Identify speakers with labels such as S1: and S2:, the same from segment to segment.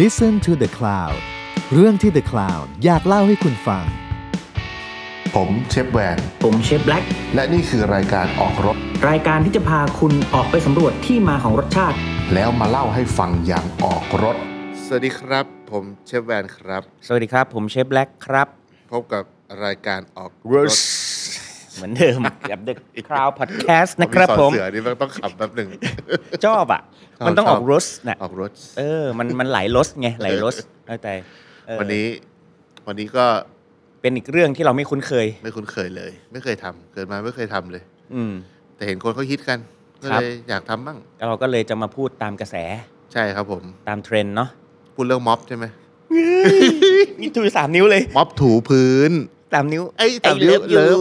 S1: Listen to the Cloud เรื่องที่ The Cloud อยากเล่าให้คุณฟัง
S2: ผมเชฟแวน
S3: ผมเชฟแบล็ก
S2: และนี่คือรายการออกรถ
S3: รายการที่จะพาคุณออกไปสำรวจที่มาของรสชาติ
S2: แล้วมาเล่าให้ฟังอย่างออกรถ สวัสดีครับ ผมเชฟแวนครับ
S4: สวัสดีครับ ผมเชฟแบล็กครับ
S2: พบกับรายการออกรถ
S4: เหมือนเดิม กับ The Crow Podcast
S2: มี
S4: นะครับ
S2: สอ
S4: ผม
S2: เสือนี่มันต้องขับแป๊บหนึ่ง
S4: ชอบอ่ะ
S2: ชอบ
S4: มันต้องออ
S2: ช
S4: ก
S2: อบ
S4: รสนะ
S2: ออกรถ
S4: เออ มันมันหลายรสไง หลาย รสเข้าใจเออ
S2: วันนี้ วันนี้ก็
S4: เป็นอีกเรื่องที่เราไม่คุ้นเคย
S2: ไม่คุ้นเคยเลย ไม่เคยทำเกิดมาไม่เคยทำเลย
S4: อืม
S2: แต่เห็นคนเขาฮิตกัน ก็
S4: ครั
S2: เล
S4: บ
S2: ยอยากทำบ้าง
S4: แล้วเราก็เลยจะมาพูดตามกระแส
S2: ใช่ครับผม
S4: ตามเทรนด์เนาะ
S2: พูดเรื่องม็อบใช่ไหม
S4: นี่ถูสามนิ้วเลย
S2: ม็อบถูพื้น
S4: สามนิ้ว
S2: ไอ้แต่
S4: เลิ
S2: เลิ
S4: ฟ
S2: ฟ
S4: ยู
S2: เลิฟ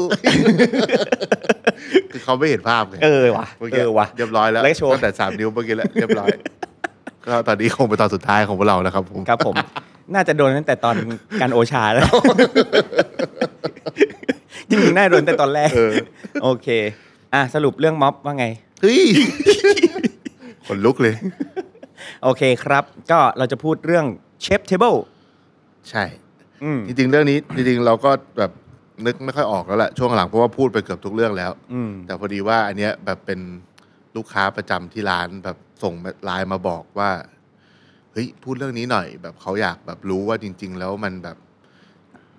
S2: คือเขาไม่เห็นภาพไง
S4: เออว่ะ
S2: เมื่อ
S4: เอ
S2: กี้
S4: อว่ะ
S2: เรียบร้อยแล้ว
S4: แล้วก็โชว์
S2: ตั้งแต่สามนิ้วเมื่อกี้แล้วเรียบร้อย ก็ตอนนี้คงเป็นตอนสุดท้ายของพวกเราแล้วครับผม
S4: ครับผม น่าจะโดนตั้งแต่ตอนการโอชาแล้ว จริงๆน่าโดนแต่ตอนแรก
S2: เออ
S4: โอเค อ่ะสรุปเรื่องม็อบว่าไง
S2: เฮ้ย ขนลุกเลย
S4: โอเคครับ ก็เราจะพูดเรื่องเชฟเทเบิล
S2: ใช่ จริงๆ เรื่องนี้จริงๆ เราก็แบบนึกไม่ค่อยออกแล้วแหละช่วงหลังเพราะว่าพูดไปเกือบทุกเรื่องแล้ว
S4: อืม
S2: แต่พอดีว่าอันเนี้ยแบบเป็นลูกค้าประจำที่ร้านแบบส่งไลน์มาบอกว่าเฮ้ยพูดเรื่องนี้หน่อย แบบเขาอยากแบบรู้ว่าจริง ๆ แล้วมันแบบ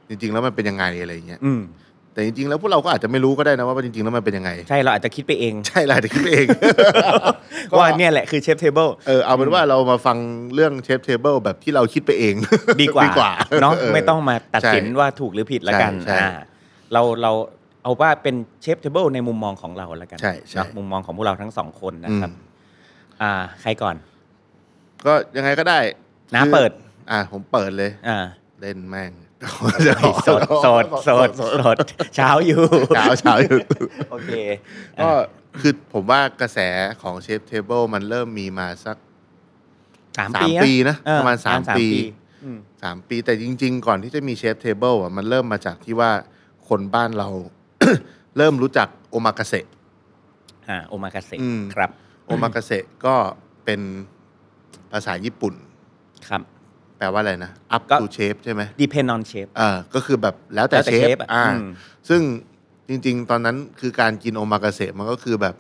S2: จริง ๆ แล้วมันเป็นยังไงอะไรอย่างเงี้ย
S4: อืม
S2: แต่จริงๆ แล้วพวกเราก็อาจจะไม่รู้ก็ได้นะว่าจริงๆ แล้วมันเป็นยังไง
S4: ใช่เราอาจจะคิดไปเอง
S2: ใช่แหละเดี๋ยวคิดเอง ก็
S4: ว่าเนี่ยแหละคือเชฟเทเบิล
S2: เออเอาเป็นว่าเรามาฟังเรื่องเชฟเทเบิลแบบที่เราคิดไปเอง
S4: ดีกว่า
S2: ดีกว่า
S4: เนาะ
S2: เออ
S4: ไม่ต้องมาตัดสิน
S2: ใช่
S4: ว่าถูกหรือผิดละกัน
S2: ใช่ใช่
S4: อ่าเราเราเอาว่าเป็นเชฟเทเบิลในมุมมองของเราละกัน
S2: ใช่ใช่
S4: เนาะมุมมองของพวกเราทั้งสองคนนะ
S2: อื
S4: ค
S2: ม
S4: รับ อ่า ใครก่อน
S2: ก็ยังไงก็ได้
S4: น้า
S2: คือ
S4: เปิด
S2: อ่ะผมเปิดเลย
S4: อ่า
S2: เล่นแม่ง
S4: สดสดสดสดเช้าอยู่
S2: เช้าเช้าอยู่
S4: โอเค
S2: ก็คือผมว่ากระแสของเชฟเทเบิลมันเริ่มมีมาสัก
S4: สาม
S2: สามปี
S4: ปี
S2: นะ
S4: เออ
S2: ประมาณสามปี
S4: อืม
S2: สามปีแต่จริง ๆ ก่อนที่จะมีเชฟเทเบิลอ่ะมันเริ่มมาจากที่ว่าคนบ้านเรา เริ่มรู้จักโอมากาเสะ
S4: อ่าโอมากาเสะ
S2: อืม
S4: ครับ
S2: โอมากาเสะก็เป็นภาษาญี่ปุ่น
S4: ครับ
S2: แปลว่าอะไรนะ up
S4: ก็
S2: to shape ใช่ไหม
S4: depend on shape
S2: เออก็คือแบบแล้วแต่
S4: แล้วแต่
S2: เช
S4: เช
S2: ฟ
S4: ฟอ่ะ
S2: อ่า
S4: อืม
S2: ซึ่งจริง ๆ ตอนนั้นคือการกินโอมากาเสะมันก็คือแบบ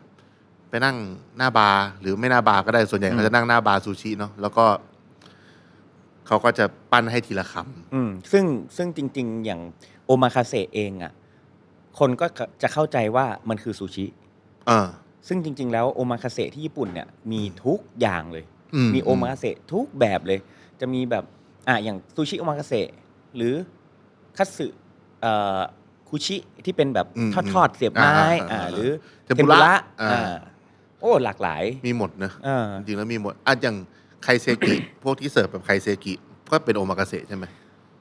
S2: ไปนั่งหน้าบาร์หรือไม่หน้าบาร์ก็ได้ส่วนใหญ่เขาจะนั่งหน้าบาร์ซูชิเนาะแล้วก็เขาก็จะปั้นให้ทีละค
S4: อืมซึ่งซึ่งจริง ๆ อย่างโอมาคาเสะเองอ่ะคนก็จะเข้าใจว่ามันคือซูชิ
S2: ำเออ
S4: ซึ่งจริง ๆ แล้วโอมาคาเสะที่ญี่ปุ่นเนี่ยมีทุกอย่างเลย
S2: อื
S4: มีโอมาคาเสะทุกแบบเลย จะมีแบบอ่ะอย่างซูชิโอมาคาเสะหรือคัตสึเอ่อคุชิที่เป็นแบบ
S2: อืม
S4: ทอดๆเสียบไม้
S2: อ่าอ่า
S4: อ่า
S2: อ่า
S4: หรือ
S2: เทมปุระอ่า
S4: อ่าโอ้หลากหลาย
S2: มีหมดเนอะ
S4: อ่า
S2: จริงๆแล้วมีหมดอ่ะอย่างไคเซ กิ พวกที่เสิร์ฟแบบไคเซกิก็เป็นโอมากาเสะใช่ไหม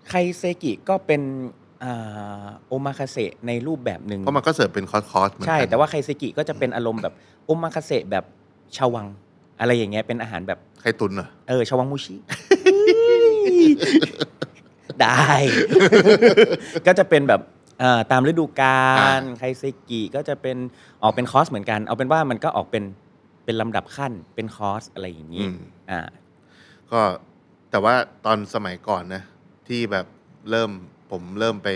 S4: ไคเซกิก็เป็นอ่าโอมาคาเสะในรูปแบบหนึ่ง
S2: เพราะมันก็เสิร์ฟเป็นคอร์สคอร์สเหมือนกัน
S4: ใช่ แต่ว่าไคเซกิก็จะเป็นอารมณ์แบบโอมากาเสะแบบชาววัง อะไรอย่างเงี้ยเป็นอาหารแบบ
S2: ไข่ตุนเหรอ
S4: เออชาววังมูชิ ได้ ก็จะเป็นแบบเอ่อตามฤดูกา
S2: อ่า
S4: ลไคเซกิก็จะเป็นออกเป็นคอร์สเหมือนกัน เอาเป็นว่ามันก็ออกเป็นเป็นลำดับขั้นเป็นคอร์สอะไรอย่าง
S2: อื
S4: นี้
S2: ม
S4: อ่า
S2: ก็แต่ว่าตอนสมัยก่อนนะ ที่แบบเริ่มผมเริ่มไป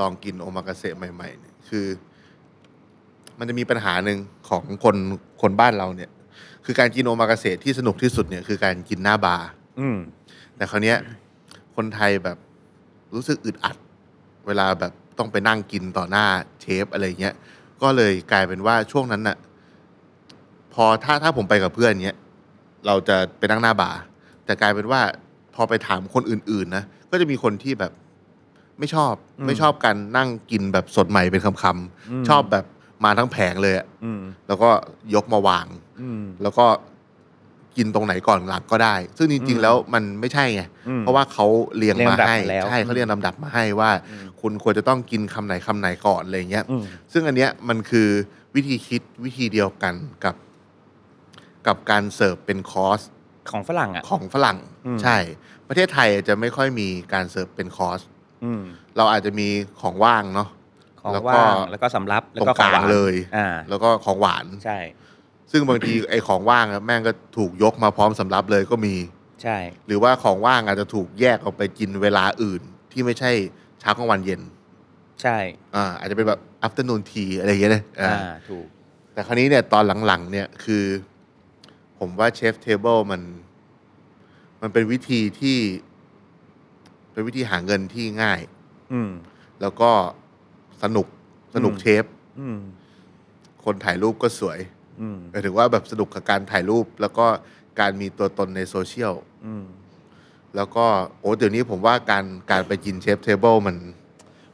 S2: ลองกินโอมากาเสะใหม่ๆเนี่ยคือ มันจะมีปัญหาหนึ่งของคนคนบ้านเราเนี่ย คือการกินโอมากาเสะที่สนุกที่สุดเนี่ยคือการกินหน้าบาร์
S4: อืม
S2: แต่คราวเนี้ยคนไทยแบบรู้สึกอึดอัด เวลาแบบต้องไปนั่งกินต่อหน้าเชฟอะไรเงี้ยก็เลยกลายเป็นว่าช่วงนั้นน่ะ พอถ้าถ้าผมไปกับเพื่อนเนี้ยเราจะไปนั่งหน้าบาร์แต่กลายเป็นว่าพอไปถามคนอื่นๆนะก็จะมีคนที่แบบไม่ชอบไม่ชอบการนั่งกินแบบสดใหม่เป็นคำๆชอบแบบมาทั้งแผงเลยอะ
S4: อืม
S2: แล้วก็ยกมาวาง
S4: อืม
S2: แล้วก็กินตรงไหนก่อนหลังก็ได้ ซึ่งจริง ๆ แล้วมันไม่ใช่ไง
S4: อืม
S2: เพราะว่าเขาเรียงมาให้
S4: เรียงลำดับมาแล้ว
S2: ใช่เขาเรียงลำดับมาให้ว่า คุณควรจะต้องกินคำไหนคำไหนก่อนอะไรอย่างเงี้ย
S4: อืม
S2: ซึ่งอันเนี้ยมันคือวิธีคิดวิธีเดียวกันกับ กับการเสิร์ฟเป็นคอร์ส
S4: ของฝรั่งอ่ะ
S2: ของฝรั่ง
S4: อืม
S2: ใช่ ประเทศไทยอาจจะไม่ค่อยมีการเสิร์ฟเป็นคอร์ส
S4: อืม
S2: เราอาจจะมีของว่างเนาะ
S4: ของ
S2: แล้วก็
S4: ว่างแล้วก็สำรับแล้ว
S2: ตรง
S4: ก็ข
S2: ก
S4: อง
S2: ลา
S4: ห
S2: ง
S4: วาน
S2: เลย
S4: อ่า
S2: แล้วก็ของหวาน
S4: ใช่
S2: ซึ่งบางที ไอ้ของว่างอะแม่งก็ถูกยกมาพร้อมสำรับเลยก็มี
S4: ใช่
S2: หรือว่าของว่างอาจจะถูกแยกออกไปกินเวลาอื่น ที่ไม่ใช่เช้ากลางวันเย็น
S4: ใช่
S2: อ่าอาจจะเป็นแบบ afternoon tea อะไรอย่างเงี้ยนะอ่า
S4: อ่าถูก
S2: แต่คราวนี้เนี่ยตอนหลังๆ เนี่ยคือ ผมว่าเชฟเทเบิลมัน มันเป็นวิธีที่ เป็นวิธีหาเงินที่ง่าย
S4: อืม
S2: แล้วก็สนุกสนุก
S4: อืม
S2: เชฟ
S4: อืม
S2: คนถ่ายรูปก็สวย
S4: อืม
S2: หมายถึงว่าแบบสนุกกับการถ่ายรูป แล้วก็การมีตัวตนในโซเชียล
S4: อืม
S2: แล้วก็โอ้เดี๋ยวนี้ผมว่าการการไปกินเชฟเทเบิลมัน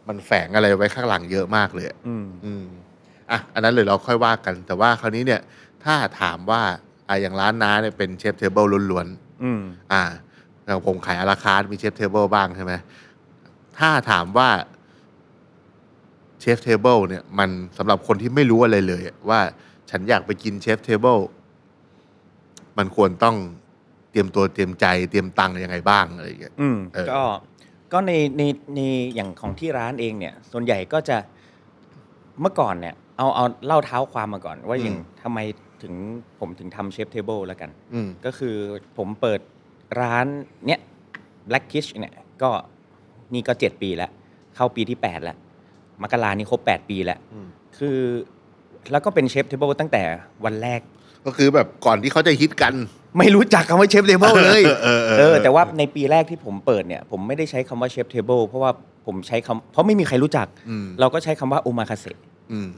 S2: มันแฝงอะไรไว้ข้างหลังเยอะมากเลยอะ
S4: อืม
S2: อืมอ่ะอันนั้นเลยเราค่อยว่ากัน แต่ว่าคราวนี้เนี่ย ถ้าถามว่าอ่ะอย่างร้านน้าเนี่ยเป็นเชฟเทเบิลล้วน
S4: อืม
S2: ๆอ่าอย่างผมขายอาราคาร์ทมีเชฟเทเบิลบ้างใช่ไหมถ้าถามว่าเชฟเทเบิลเนี่ย มันสำหรับคนที่ไม่รู้อะไรเลยอะว่าฉันอยากไปกินเชฟเทเบิลมันควรต้องเตรียมตัวเตรียมใจเตรียมตังค์ยังไงบ้างอะไรอย่างเงี้ย
S4: อืม
S2: เออ
S4: ก็ก็ในในในอย่างของที่ร้านเองเนี่ย ส่วนใหญ่ก็จะเมื่อก่อนเนี่ย เอาเอาเล่าเท้าความมาก่อน ว่าอย่างทำไมถึงผมถึงทำเชฟเทเบิลแล้วกัน
S2: อืม
S4: ก็คือผมเปิดร้านเนี้ย Black Kish เนี่ยก็นี่ก็ 7 ปีแล้ว เข้าปีที่ 8 แล้ว มกรานี่ครบ 8 ปีแล้ว
S2: อืม
S4: คือแล้วก็เป็นเชฟเทเบิลตั้งแต่วันแรก
S2: ก็คือแบบก่อนที่เขาจะฮิตกัน
S4: ไม่รู้จักคำว่าเชฟเทเบิลเลย
S2: เออเออเออ
S4: เออ แต่ว่าในปีแรกที่ผมเปิดเนี่ย ผมไม่ได้ใช้คำว่าเชฟเทเบิลเพราะว่าผมใช้คำเพราะไม่มีใครรู้จัก
S2: อืม
S4: เราก็ใช้คำว่าโอมาคาเซ
S2: อืม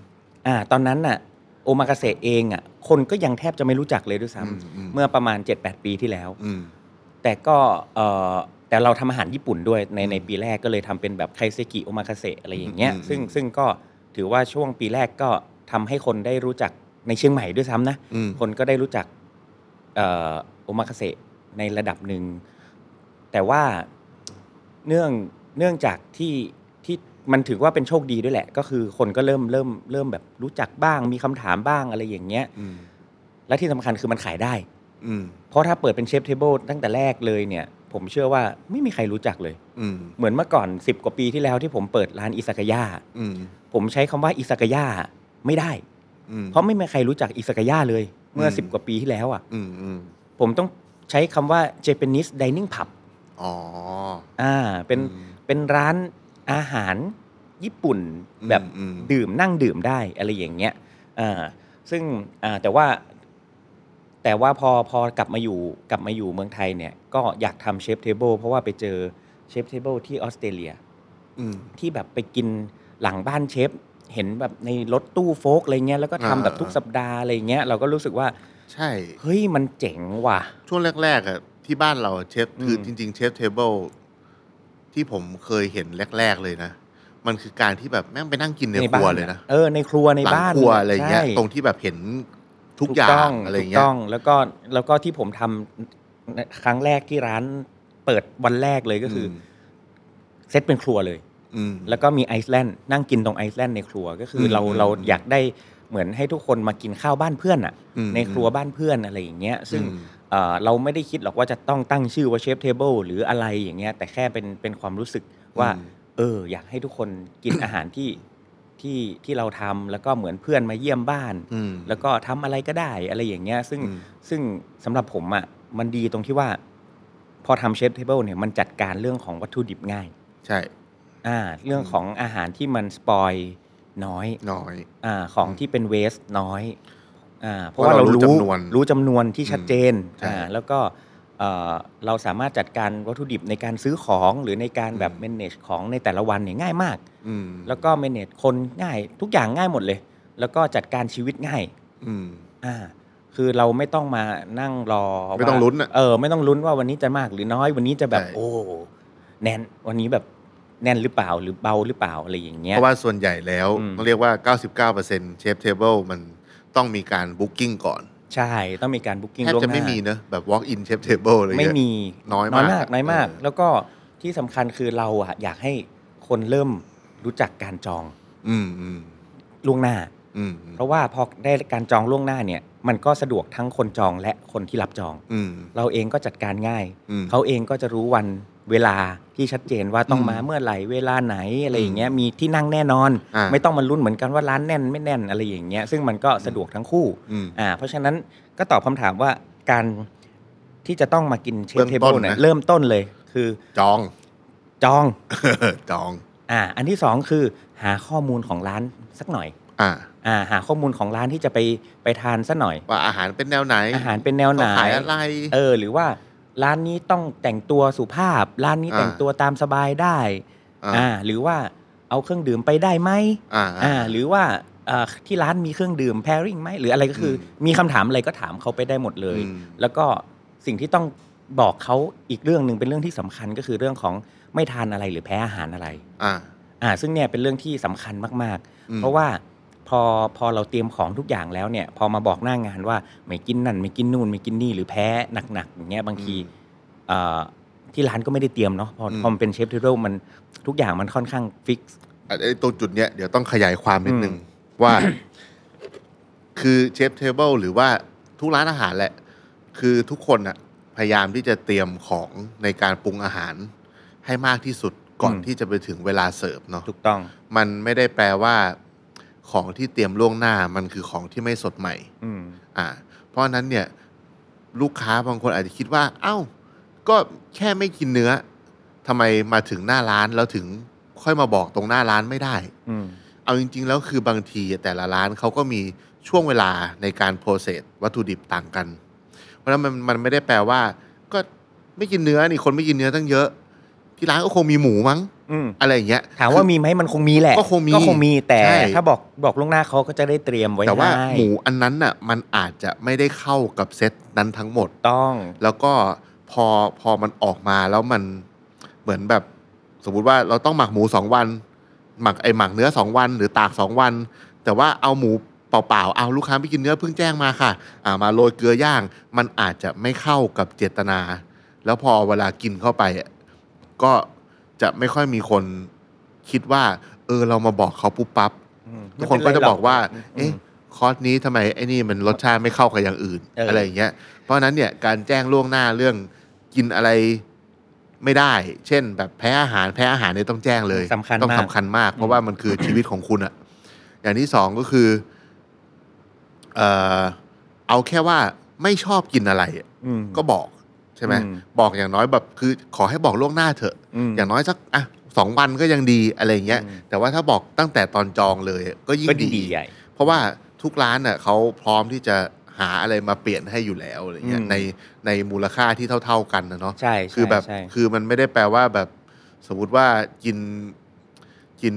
S4: อ่า ตอนนั้นน่ะโอมาคาเซเองอ่ะ คนก็ยังแทบจะไม่รู้จักเลยด้วยซ้
S2: อืมอืม
S4: ำเมื่อประมาณ 7-8 ปีที่แล้ว
S2: อืม
S4: แต่ก็เออแต่เราทำอาหารญี่ปุ่นด้วยในในปีแรกก็เลยทำเป็นแบบไคเซกิโอมาคาเซอะไรอย่างเงี้ย
S2: อืม
S4: ซึ่ง
S2: อืม
S4: ซึ่งก็ถือว่าช่วงปีแรกก็ทำให้คนได้รู้จักในเชียงใหม่ด้วยซ้ำนะ
S2: อืม
S4: คนก็ได้รู้จักเอ่อโอมาคาเซในระดับหนึ่ง แต่ว่าเนื่องเนื่องจากที่ที่มันถือว่าเป็นโชคดีด้วยแหละ ก็คือคนก็เริ่มเริ่มเริ่มแบบรู้จักบ้างมีคำถามบ้างอะไรอย่างเงี้ย
S2: อืม
S4: และที่สำคัญคือมันขายได้
S2: อืม
S4: เพราะถ้าเปิดเป็นเชฟเทเบิลตั้งแต่แรกเลยเนี่ย ผมเชื่อว่าไม่มีใครรู้จักเลย
S2: อืม
S4: เหมือนเมื่อก่อน 10 กว่าปีที่แล้วที่ผมเปิดร้านอิซากายะ
S2: อืม
S4: ผมใช้คำว่าอิซากายะไม่ได้
S2: อืม
S4: เพราะไม่มีใครรู้จักอิซากายะเลย เมื่อ
S2: ม
S4: 10 กว่าปีที่แล้วอ่ะ
S2: อืม อืม
S4: ผมต้องใช้คำว่า Japanese dining pub
S2: อ๋อ
S4: อ่า เป็น
S2: อืม
S4: เป็นร้านอาหารญี่ปุ่น
S2: อืม
S4: แบบ
S2: อืม
S4: ดื่มนั่งดื่มได้อะไรอย่างเงี้ย อ่า ซึ่ง อ่า แต่ว่า แต่ว่าพอ พอกลับมาอยู่ กลับมาอยู่เมืองไทยเนี่ย ก็อยากทำเชฟเทเบิลเพราะว่าไปเจอเชฟเทเบิลที่ออสเตรเลีย
S2: อืม
S4: ที่แบบไปกินหลังบ้านเชฟ เห็นแบบในรถตู้โฟล์กอะไรเงี้ย แล้วก็ทำแบบทุกสัปดาห์อะไรเงี้ย เราก็รู้สึกว่า
S2: ใช่
S4: เฮ้ย มันเจ๋งว่ะ
S2: ช่วงแรก ๆอะที่บ้านเราเชฟ คือ
S4: ม
S2: อจริง ๆ เชฟเทเบิลที่ผมเคยเห็นแรก ๆ เลยนะ มันคือการที่แบบแม่งไปนั่งกินในครัวเลยนะ
S4: เออในครัวใน
S2: หลั
S4: บ้าน
S2: ครัวอะไรเงี้ย
S4: ใช่
S2: ตรงที่แบบเห็นทุกอย่า
S4: ต้
S2: งอะไร
S4: ถูก
S2: เงี้ย
S4: ต้องแล้วก็แล้วก็ที่ผมทำครั้งแรกที่ร้านเปิดวันแรกเลยก็คืออ
S2: ม
S4: เซตเป็นครัวเลย
S2: อืม
S4: แล้วก็มีไอซ์แลนด์นั่งกินตรงไอซ์แลนด์ในครัวก็คืออ
S2: ม
S4: เรา
S2: อืม
S4: เราอยากได้เหมือนให้ทุกคนมากินข้าวบ้านเพื่อนอ่ะ
S2: อืม
S4: ในครัวบ้านเพื่อนอะไรอย่างเงี้ยซึ่ง
S2: อืม
S4: เอ่อเราไม่ได้คิดหรอกว่าจะต้องตั้งชื่อว่าเชฟเทเบิลหรืออะไรอย่างเงี้ยแต่แค่เป็นเป็นความรู้สึกว่า เอออยากให้ทุกคนกิน อาหารที่ที่ที่เราทำแล้วก็เหมือนเพื่อนมาเยี่ยมบ้าน
S2: อืม
S4: แล้วก็ทำอะไรก็ได้อะไรอย่างเงี้ย ซึ่ง
S2: อืม
S4: ซึ่งสำหรับผมอะ่ะมันดีตรงที่ว่า พอทำเชฟเทเบิลเนี่ยมันจัดการเรื่องของวัตถุดิบง่าย
S2: ใช่
S4: อ่าเรื่องของอาหารที่มันสปอยน้อย
S2: น้อย
S4: อ่าของที่เป็นเวสน้อยอ่าเพราะ
S2: เพราะ
S4: ว่าเรา
S2: เรารู้
S4: รู้
S2: จำนวน
S4: รู้จำนวนที่ชัดเจน
S2: ใช่
S4: อ่าแล้วก็เอ่อเราสามารถจัดการวัตถุดิบในการซื้อของหรือในการแบบ
S2: อืม
S4: manage ของในแต่ละวันเนี่ยง่ายมาก
S2: อืม
S4: แล้วก็ manage คนง่ายทุกอย่างง่ายหมดเลย แล้วก็จัดการชีวิตง่าย
S2: อืม
S4: อ่าคือเราไม่ต้องมานั่งรอว่า
S2: ไม่ต้องลุ้นอะ
S4: เออไม่ต้องลุ้นว่าวันนี้จะมากหรือน้อยวันนี้จะแบบ
S2: ใช่
S4: โอ้แน่นวันนี้แบบแน่นหรือเปล่าหรือเบาหรือเปล่าอะไรอย่างเงี้ย
S2: เพราะว่าส่วนใหญ่แล้ว
S4: อืม
S2: ต้องเรียกว่า 99%เชฟเทเบิลมันต้องมีการบุ๊กิ้งก่อน
S4: ใช่ต้องมีการบุ๊กิ้ง
S2: แทบ
S4: ล่วงห
S2: จะ
S4: น้า
S2: ไม่มีเนอะแบบ walk in chef table อะไรเงี้ย
S4: ไม่มี
S2: น้อย
S4: น้อ
S2: มาม
S4: ยาก กน้อยมาก
S2: เออ
S4: แล้วก็ที่สำคัญคือเราอะอยากให้คนเริ่มรู้จักการจอง
S2: อืมอืม
S4: ล่วงหน้า
S2: อืม
S4: เพราะว่าพอได้การจองล่วงหน้าเนี่ย มันก็สะดวกทั้งคนจองและคนที่รับจอง
S2: อืม
S4: เราเองก็จัดการง่าย
S2: อืม
S4: เขาเองก็จะรู้วันเวลาที่ชัดเจนว่าต้อง
S2: อืม
S4: มาเมื่อไหร่เวลาไหนอะไรอย่างเงี้ย
S2: อืม
S4: มีที่นั่งแน่นอน
S2: อ่า
S4: ไม่ต้องมาลุ้นเหมือนกันว่าร้านแน่นไม่แน่นอะไรอย่างเงี้ยซึ่งมันก็สะดวกทั้งคู่
S2: อืม
S4: อ่าเพราะฉะนั้นก็ตอบคำถามว่าการ ที่จะต้องมากินเชฟเทเบิ
S2: เริ่มต้
S4: ล
S2: น
S4: เนี่ย
S2: นะ
S4: เริ่มต้นเลยคือ
S2: จอง
S4: จอง
S2: จอง
S4: อ่า อันที่สองคือหาข้อมูลของร้านสักหน่อย
S2: อ่า
S4: อ่า หาข้อมูลของร้านที่จะไปไปทานสักหน่อย
S2: ว่าอาหารเป็นแนวไหน
S4: อาหารเป็นแนวไหน
S2: เขาขายอะไร
S4: เออ หรือว่าร้านนี้ต้องแต่งตัวสุภาพ ร้านนี้
S2: อ่า
S4: แต่งตัวตามสบายได้ อ่า หรือว่าเอาเครื่องดื่มไปได้ไหม
S2: อ่า
S4: อ่า หรือว่าเอ่อที่ร้านมีเครื่องดื่ม pairing ไหม หรืออะไรก็คืออมีคำถามอะไรก็ถามเขาไปได้หมดเลย
S2: อืม
S4: แล้วก็สิ่งที่ต้องบอกเขาอีกเรื่องหนึ่งเป็นเรื่องที่สำคัญก็คือเรื่องของไม่ทานอะไรหรือแพ้อาหารอะไร
S2: อ่า
S4: อ่า ซึ่งเนี่ยเป็นเรื่องที่สำคัญมาก
S2: อื
S4: ๆ
S2: ม
S4: เพราะว่าพอพอเราเตรียมของทุกอย่างแล้วเนี่ย พอมาบอกหน้างานว่าไม่กินนั่นไม่กินนู่นไม่กินนี่หรือแพ้หนักๆอย่างเงี้ยบางทีเอ่อที่ร้านก็ไม่ได้เตรียมเนาะพออ
S2: ม
S4: พอมันเป็นเชฟเทเบิลมันทุกอย่างมันค่อนข้างฟิก
S2: อ่ะไอ้ตรงจุดเนี้ยเดี๋ยวต้องขยายความนิดนึง
S4: อื
S2: ว่า คือเชฟเทเบิลหรือว่าทุกร้านอาหารแหละ คือทุกคนอะพยายามที่จะเตรียมของในการปรุงอาหาร ให้มากที่สุดก่อนที่จะไปถึงเวลาเสิร์ฟเนาะ
S4: ถูกต้อง
S2: มันไม่ได้แปลว่า ของที่เตรียมล่วงหน้ามันคือของที่ไม่สดใหม่
S4: อืม
S2: อ่า เพราะฉะนั้นเนี่ย ลูกค้าบางคนอาจจะคิดว่า เอ้า ก็แค่ไม่กินเนื้อทำไมมาถึงหน้าร้านแล้วถึงค่อยมาบอกตรงหน้าร้านไม่ได้
S4: อืม
S2: เอาจริง ๆ แล้วคือบางทีแต่ละร้านเขาก็มีช่วงเวลาในการโปรเซสวัตถุดิบต่างกัน เพราะฉะนั้นมันมันไม่ได้แปลว่า ก็ไม่กินเนื้อนี่คนไม่กินเนื้อตั้งเยอะ ที่ร้านก็คงมีหมูมั้ง
S4: อืม
S2: อะไรอย่างเงี้ย
S4: ถามว่ามีไหมมันคงมีแหละ
S2: ก็คงมี
S4: แต่
S2: ใช่
S4: ถ้าบอกบอกล่วงหน้าเขาก็จะได้เตรียมไว้
S2: แต่ว่า
S4: ให้
S2: หมูอันนั้นน่ะมันอาจจะไม่ได้เข้ากับเซตนั้นทั้งหมด
S4: ต้อง
S2: แล้วก็พอพอมันออกมาแล้วมันเหมือนแบบสมมุติว่าเราต้องหมักหมูสองวัน หมักไอหมักเนื้อสองวัน หรือตากสองวัน แต่ว่าเอาหมูเปล่าๆเอาลูกค้าไม่กินเนื้อเพิ่งแจ้งมาค่ะ อ่ามาโรยเกลือย่าง มันอาจจะไม่เข้ากับเจตนา แล้วพอเวลากินเข้าไปอะก็จะไม่ค่อยมีคนคิดว่า เออเรามาบอกเขาปุ๊บปั๊บ
S4: อืม
S2: ทุกคนก็จะบอกว่า
S4: ไม่ป็นไรหร
S2: เอ๊ะ คอร์สนี้ทำไมไอ้นี่มันรสชาติไม่เข้ากับอย่างอื่น
S4: เอออ
S2: อะไรอย่างเงี้ย เพราะฉะนั้นเนี่ยการแจ้งล่วงหน้าเรื่องกินอะไรไม่ได้ เช่น แบบแพ้อาหารแพ้อาหารเนี่ยต้องแจ้งเลย
S4: สำคัญ
S2: ต้อง
S4: มาก
S2: สำคัญมาก เพราะว่ามันคือชีวิตของคุณอะอย่างที่สองก็คือเอ่อเอาแค่ว่าไม่ชอบกินอะไรอะ
S4: อืม
S2: ก็บอกใช่ไหม
S4: อืม
S2: บอกอย่างน้อยแบบคือ ขอให้บอกล่วงหน้าเถอะ
S4: ม
S2: อย่างน้อยสักอ่ะสองวันก็ยังดีอะไรอย่างเงี้ย
S4: อืม
S2: แต่ว่าถ้าบอกตั้งแต่ตอนจองเลยก็ยิ่ง
S4: ก็
S2: ดี
S4: ดีใหญ่
S2: เพราะว่าทุกร้านน่ะเขาพร้อมที่จะหาอะไรมาเปลี่ยนให้อยู่แล้วอะไรเงี้ย
S4: อืม
S2: ในในมูลค่าที่เท่า ๆกันนะเนาะ
S4: ใช่
S2: คือแบบ
S4: ใช่ใช่
S2: คือมันไม่ได้แปลว่าแบบสมมติว่ากินกิน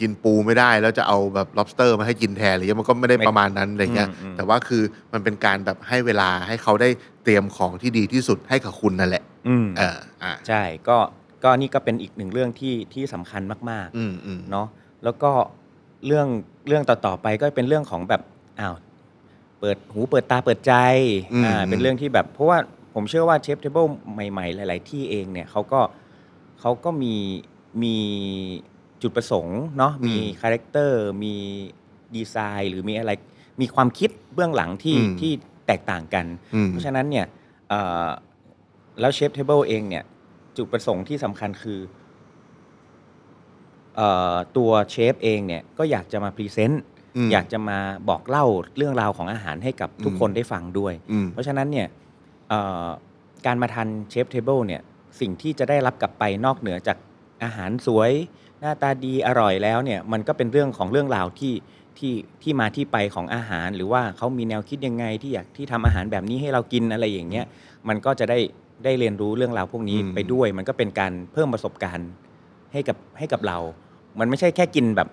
S2: กินปูไม่ได้แล้วจะเอาแบบ lobster มาให้กินแทนอะไรเงี้ยมันก็ไม่ได้
S4: ไม่
S2: ประมาณนั้นอะไรเงี้ย
S4: อืมอืม
S2: แต่ว่าคือมันเป็นการแบบให้เวลาให้เขาได้เตรียมของที่ดีที่สุดให้กับคุณนั่นแหละ
S4: อืม
S2: เอออ่ะ
S4: ใช่ก็ก็นี่ก็เป็นอีกหนึ่งเรื่องที่ที่สำคัญมาก
S2: อืมอืม
S4: ๆเนาะแล้วก็เรื่องเรื่องต่อๆไปก็เป็นเรื่องของแบบอ้าวเปิดหูเปิดตาเปิดใจอ่าเป็นเรื่องที่แบบเพราะว่าผมเชื่อว่าเชฟเทเบิลใหม่ ๆ หลาย ๆ ที่เองเนี่ยเขาก็เขาก็มีมีจุดประสงค์เนาะมีคาแรคเตอร์มีดีไซน์หรือมีอะไรมีความคิดเบื้องหลังที่ที่แตกต่างกัน
S2: อืม
S4: เพราะฉะนั้นเนี่ยเอ่อแล้วเชฟเทเบิลเองเนี่ย จุดประสงค์ที่สำคัญคือเออตัวเชฟเองเนี่ย ก็อยากจะมาพรีเซนต์
S2: ม
S4: อยากจะมาบอกเล่าเรื่องราวของอาหารให้กับทุก
S2: อืม
S4: คนได้ฟังด้วย
S2: อืม
S4: เพราะฉะนั้นเนี่ยเอ่อการมาทานเชฟเทเบิลเนี่ย สิ่งที่จะได้รับกลับไปนอกเหนือจากอาหารสวย หน้าตาดีอร่อยแล้วเนี่ย มันก็เป็นเรื่องของเรื่องราวที่ที่ที่มาที่ไปของอาหาร หรือว่าเขามีแนวคิดยังไงที่อยากที่ทำอาหารแบบนี้ให้เรากินอะไรอย่างเงี้ยมันก็จะได้ได้เรียนรู้เรื่องราวพวกนี้ไปด้วย มันก็เป็นการเพิ่มประสบการณ์ให้กับให้กับเรา มันไม่ใช่แค่กินแบบ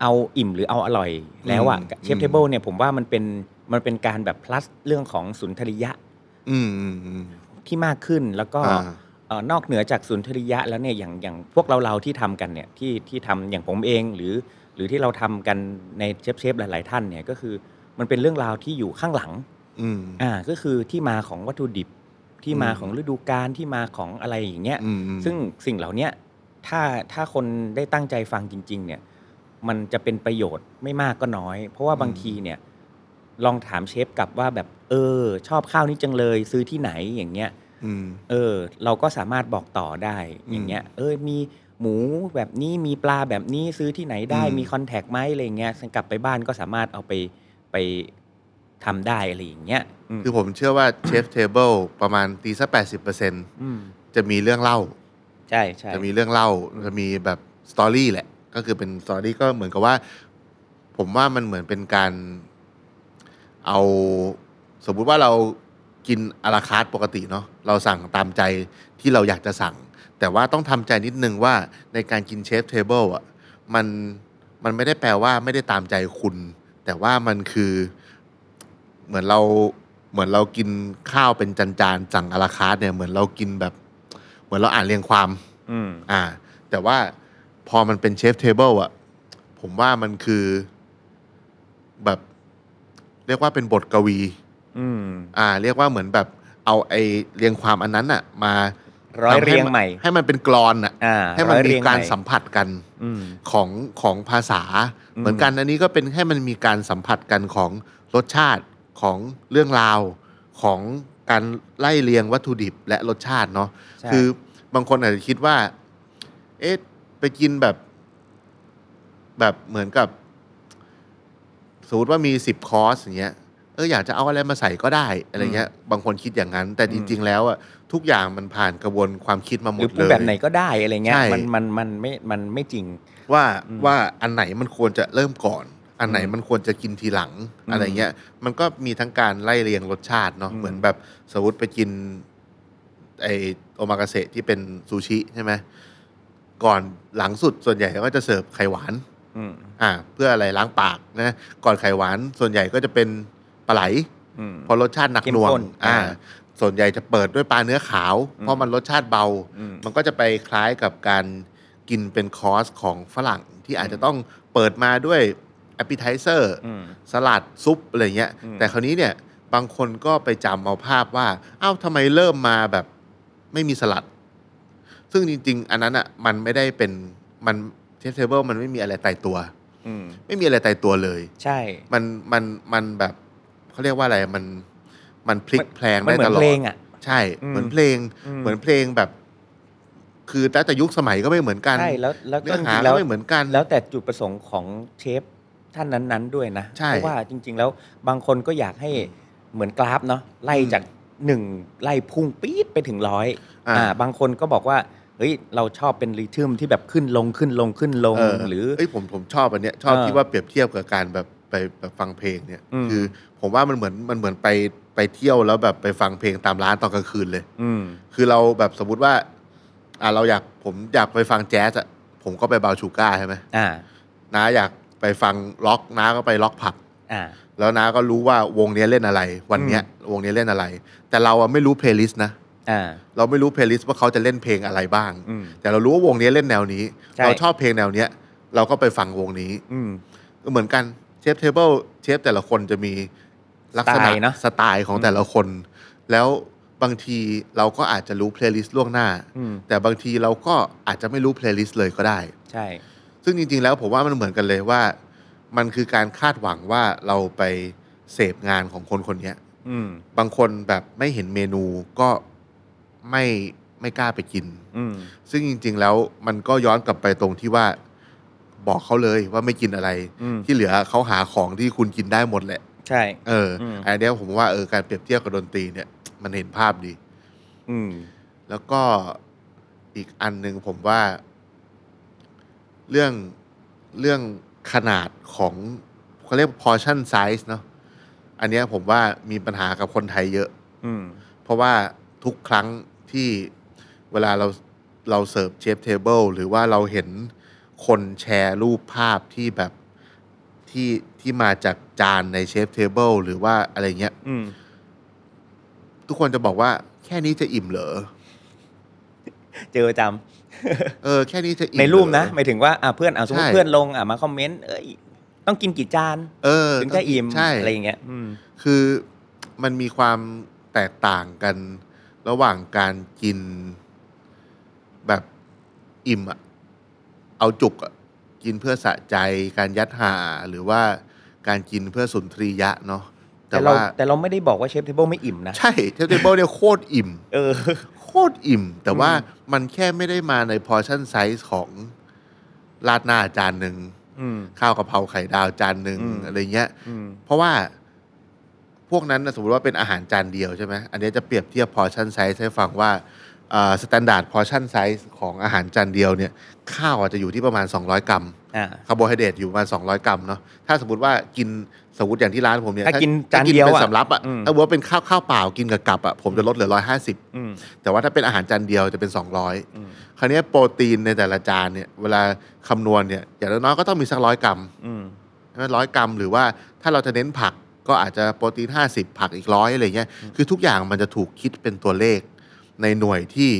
S4: เอาอิ่มหรือเอาอร่อยแล้วอะเชฟเทเบิลเนี่ยผมว่ามันเป็นมันเป็นการแบบ plus เรื่องของสุนทรียะ
S2: อืมอืมอืม
S4: ที่มากขึ้นแล้วก็
S2: อ่า
S4: เอ่อนอกเหนือจากสุนทรียะแล้วเนี่ยอย่างอย่างพวกเราเราที่ทำกันเนี่ยที่ที่ทำอย่างผมเองหรือ หรือที่เราทำกันในเชฟเชฟหลาย ๆ ท่านเนี่ยก็คือมันเป็นเรื่องราวที่อยู่ข้างหลัง
S2: อืม
S4: อ่าก็คือที่มาของวัตถุดิบที่มา
S2: อืม
S4: ของฤดูกาลที่มาของอะไรอย่างเงี้ย
S2: อืมอืม
S4: ซึ่งสิ่งเหล่าเนี้ยถ้าถ้าคนได้ตั้งใจฟังจริง ๆ เนี่ยมันจะเป็นประโยชน์ไม่มากก็น้อย เพราะว่าบาง
S2: อืม
S4: ทีเนี่ยลองถามเชฟกลับว่าแบบเออ ชอบข้าวนี้จังเลยซื้อที่ไหนอย่างเงี้ย
S2: อืม
S4: เออเราก็สามารถบอกต่อได้อย่างเงี้ยเออมีหมูแบบนี้มีปลาแบบนี้ซื้อที่ไหนได้
S2: อืม
S4: มีคอนแทคไหมอะไรเงี้ยซึ่งกลับไปบ้านก็สามารถเอาไปไป ทำได้อะไรอย่างเงี้ยม
S2: คือผมเชื่อว่าเชฟเทเบิลประมาณตีสักแปดสิบเปอร์เซ็น
S4: ม
S2: จะมีเรื่องเล่า
S4: ใช่ใช่
S2: จะมีเรื่องเล่า จะมีแบบสตอรี่แหละ ก็คือเป็นสตอรี่ก็เหมือนกับว่า ผมว่ามันเหมือนเป็นการ เอา สมมุติว่าเรากินอาราคาร์ตปกติเนาะเราสั่งตามใจที่เราอยากจะสั่ง แต่ว่าต้องทำใจนิดนึงว่าในการกินเชฟเทเบิลอ่ะมันมันไม่ได้แปลว่าไม่ได้ตามใจคุณ แต่ว่ามันคือเหมือนเราเหมือนเรากินข้าวเป็นจานๆสั่งอาราคาร์ตเนี่ยเหมือนเรากินแบบ เหมือนเราอ่านเรียงความ
S4: อืม
S2: อ่า แต่ว่าพอมันเป็นเชฟเทเบิลอ่ะ ผมว่ามันคือแบบ เรียกว่าเป็นบทกวี
S4: อืม
S2: อ่า เรียกว่าเหมือนแบบเอาไอเรียงความอันนั้นอ่ะ มา
S4: ร้อยเรียง
S2: ทำน
S4: ใหม่
S2: ให้มันเป็นกรอนอ่ะ
S4: อ่า
S2: ให้มัน
S4: อย
S2: มี
S4: เยง
S2: การ
S4: ให
S2: สัมผัสกัน
S4: อืม
S2: ของของภาษา
S4: อืม
S2: เหมือนกันอันนี้ก็เป็นให้มันมีการสัมผัสกันของรสชาติของเรื่องราวของการไล่เรียงวัตถุดิบและรสชาติเนาะ
S4: ใช่
S2: คือบางคนอาจจะคิดว่า เอ๊ะไปกินแบบ แบบเหมือนกับ สมมติว่ามีสิบคอร์สอย่างเงี้ยเอออยากจะเอาอะไรมาใส่ก็ได้อะไรเงี้ย บางคนคิดอย่างนั้น แต่จริง ๆ แล้วอะทุกอย่างมันผ่านกระบวนความคิดมาหม
S4: ห
S2: ด
S4: รือปรุง
S2: เลย
S4: แบบไหนก็ได้อะไรเงี้ย
S2: ใช่
S4: มันมันมันไม่มันไม่จริง
S2: ว่า
S4: อืม
S2: ว่าอันไหนมันควรจะเริ่มก่อน อันไหน
S4: อืม
S2: มันควรจะกินทีหลัง
S4: อืม
S2: อะไรเงี้ย มันก็มีทั้งการไล่เรียงรสชาติเนาะ
S4: อืม
S2: เหมือนแบบสมมติไปกินไอโอมากาเสะที่เป็นซูชิใช่ไหมก่อนหลังสุดส่วนใหญ่ก็จะเสิร์ฟไข่หวาน
S4: อืม
S2: อ่า เพื่ออะไรล้างปากนะก่อนไข่หวานส่วนใหญ่ก็จะเป็นปลาไหล
S4: อืม
S2: เพราะรสชาติหนัก
S4: เข้ม
S2: หน่วง
S4: ข้น
S2: อ่า
S4: อ่า
S2: ส่วนใหญ่จะเปิดด้วยปลาเนื้อขาว
S4: อืม
S2: เพราะมันรสชาติเบา
S4: อืม
S2: มันก็จะไปคล้ายกับการกินเป็นคอร์สของฝรั่งที่อาจจะต้องเปิดมาด้วย a p p e t i z e r
S4: อืม
S2: สลัดซุปอะไรเงี้ย
S4: อืม
S2: แต่คราวนี้เนี่ย บางคนก็ไปจำเอาภาพว่า อ้าวทำไมเริ่มมาแบบไม่มีสลัด ซึ่งจริง ๆ อันนั้นอ่ะมันไม่ได้เป็นมันเทสเทเบิลมันไม่มีอะไรตายตัว
S4: อืม
S2: ไม่มีอะไรตายตัวเลย
S4: ใช่
S2: มันมันมันแบบเขาเรียกว่าอะไรมันมันพลิกแพลง
S4: มัน
S2: ได้
S4: เหมื
S2: ต
S4: อน
S2: ลอ
S4: เพล
S2: ด
S4: งอ่ะ
S2: ใช่
S4: อืม
S2: เหมือนเพลง
S4: อืม
S2: เหมือนเพลงแบบ คือแต่แต่ยุคสมัยก็ไม่เหมือนกัน
S4: ใช่แล้วแล้วก็
S2: เนื้อหา
S4: จริงๆ
S2: ก็
S4: แล้ว
S2: ไม่เหมือนกัน
S4: แล้วแต่จุดประสงค์ของเชฟท่านนั้นๆด้วยนะ
S2: ใช่
S4: เพราะว่าจริง ๆ แล้วบางคนก็อยากให้เหมือนกราฟเนาะไล่
S2: อืม
S4: จากหนึ่งไล่พุ่งปี๊ดไปถึงร้อย
S2: อ่า
S4: อ่าบางคนก็บอกว่าเฮ้ยเราชอบเป็นรีทึมที่แบบขึ้นลงขึ้นลงขึ้นลง
S2: เ
S4: หรือ
S2: เอ้ยผมผมชอบอันเนี้ยชอบ
S4: เออ
S2: ที่ว่าเปรียบเทียบกับการแบบไปแบบฟังเพลงเนี่ย
S4: อืม
S2: คือ ผมว่ามันเหมือนมันเหมือนไปไปเที่ยวแล้วแบบไปฟังเพลงตามร้านตอนกลางคืนเลย
S4: อืม
S2: คือเราแบบสมมุติว่า อ่าเราอยากผมอยากไปฟังแจ๊สอะผมก็ไปบาวชูก้าใช่ไหม
S4: อ่า
S2: น้าอยากไปฟังล็อกน้าก็ไปล็อกผับ
S4: อ่า
S2: แล้วน้าก็รู้ว่าวงเนี้ยเล่นอะไร วันเนี้ย วงเนี้ยเล่นอะไร แต่เราอะไม่รู้เพลย์ลิสต์นะ
S4: อ่า
S2: เราไม่รู้เพลย์ลิสต์ว่าเขาจะเล่นเพลงอะไรบ้าง
S4: อืม
S2: แต่เรารู้ว่าวงเนี้ยเล่นแนวนี้
S4: ใช่
S2: เราชอบเพลงแนวเนี้ย เราก็ไปฟังวงนี้
S4: อืม
S2: เหมือนกันเชฟเทเบิลเชฟแต่ละคนจะมีลักษ
S4: ส
S2: ณะ
S4: ไตล์นะ
S2: สไตล์ของ
S4: อืม
S2: แต่ละคน แล้วบางทีเราก็อาจจะรู้เพลย์ลิสต์ล่วงหน้า
S4: อืม
S2: แต่บางทีเราก็อาจจะไม่รู้เพลย์ลิสต์เลยก็ได้
S4: ใช่
S2: ซึ่งจริงๆ แล้วผมว่ามันเหมือนกันเลยว่า มันคือการคาดหวังว่าเราไปเสพงานของคนคนเนี้ย
S4: อืม
S2: บางคนแบบไม่เห็นเมนูก็ไม่ไม่กล้าไปกิน
S4: อืม
S2: ซึ่งจริง ๆ แล้วมันก็ย้อนกลับไปตรงที่ว่าบอกเขาเลยว่าไม่กินอะไร
S4: อืม
S2: ที่เหลือเขาหาของที่คุณกินได้หมดแหละ
S4: ใช่
S2: เอออ
S4: ม
S2: อันเนี้ยผมว่าเออการเปรียบเทียบกับดนตรีเนี่ย มันเห็นภาพดี
S4: อืม
S2: แล้วก็อีกอันหนึ่งผมว่า เรื่องเรื่องขนาดของเขาเรียก portion size เนาะอันเนี้ยผมว่ามีปัญหากับคนไทยเยอะ
S4: อืม
S2: เพราะว่าทุกครั้งที่เวลาเราเราเสิร์ฟเชฟเทเบิลหรือว่าเราเห็นคนแชร์รูปภาพที่แบบที่ที่มาจากจานในเชฟเทเบิลหรือว่าอะไรเงี้ย
S4: อืม
S2: ทุกคนจะบอกว่าแค่นี้จะอิ่มเหรอ
S4: เจอประจำ
S2: เออแค่นี้จะอิ่ม
S4: ในรูปนะ
S2: เหอ
S4: หมายถึงว่าอ่ะเพื่อนอ่ะสมม
S2: ใช่
S4: ติเพื่อนลงอ่ะมาคอมเมนต์เอ้ยต้องกินกี่จาน
S2: เออ
S4: ถึงจะอิ่ม
S2: ใช่
S4: อะไรอย่างเงี้ยอืม
S2: คือมันมีความแตกต่างกันระหว่างการกินแบบอิ่มอะเอาจุกอะกินเพื่อสะใจการยัดหาหรือว่าการกินเพื่อสุนทรียะเนาะแต่
S4: แต่เรา
S2: ว่า
S4: แต่เราไม่ได้บอกว่าเชฟเทเบิลไม่อิ่มนะ
S2: ใช่เทปเทเบิลเนี่ยโคตรอิ่ม
S4: เออ
S2: โคตรอิ่ม แต่
S4: อืม
S2: ว่ามันแค่ไม่ได้มาในพอชั่นไซส์ของราดหน้าจานหนึ่ง
S4: อืม
S2: ข้าวกะเพราไข่ดาวจานหนึ่ง
S4: อืม
S2: อะไรเงี้ย
S4: อืม
S2: เพราะว่า วกนั้นน่ะสมมติว่าเป็นอาหารจานเดียวใช่ไหมอันเนี้ยจะเปรียบเทียบพอชั่นไซส์ให้ฟังว่าสแตนดาร์ดพอชั่นไซส์ของอาหารจานเดียวเนี่ยข้าวอาจจะอยู่ที่ประมาณ 200 กรัม
S4: อ่า
S2: คาร์โบไฮเดรตอยู่ประมาณ 200 กรัมเนาะถ้าสมมติว่ากินสมมติอย่างที่ร้านผมเนี่ย
S4: ถ้ากินจานเดียว
S2: ถ้กิเป็
S4: อะ
S2: นสำรับอ่ะ
S4: อืม
S2: ถ้าว่าเป็นข้าวข้าวเปล่ากินกับกับอ่ะผมจะลดเหลือ
S4: อืม
S2: 150 แต่ว่าถ้าเป็นอาหารจานเดียวจะเป็น 200
S4: อืม
S2: คราวเนี้ยโปรตีนในแต่ละจานเนี่ยเวลาคำนวณเนี่ยอย่างน้อยๆก็ต้องมีสักร้อยกรัม
S4: อืม
S2: ร้อยกรัม หรือว่าถ้าเราจะเน้นผักก็อาจจะโปรตีน 50 ผักอีกร้อยอะไรเงี้ยคือทุกอย่างมันจะถูกคิดเป็นตัวเลขในหน่วยที่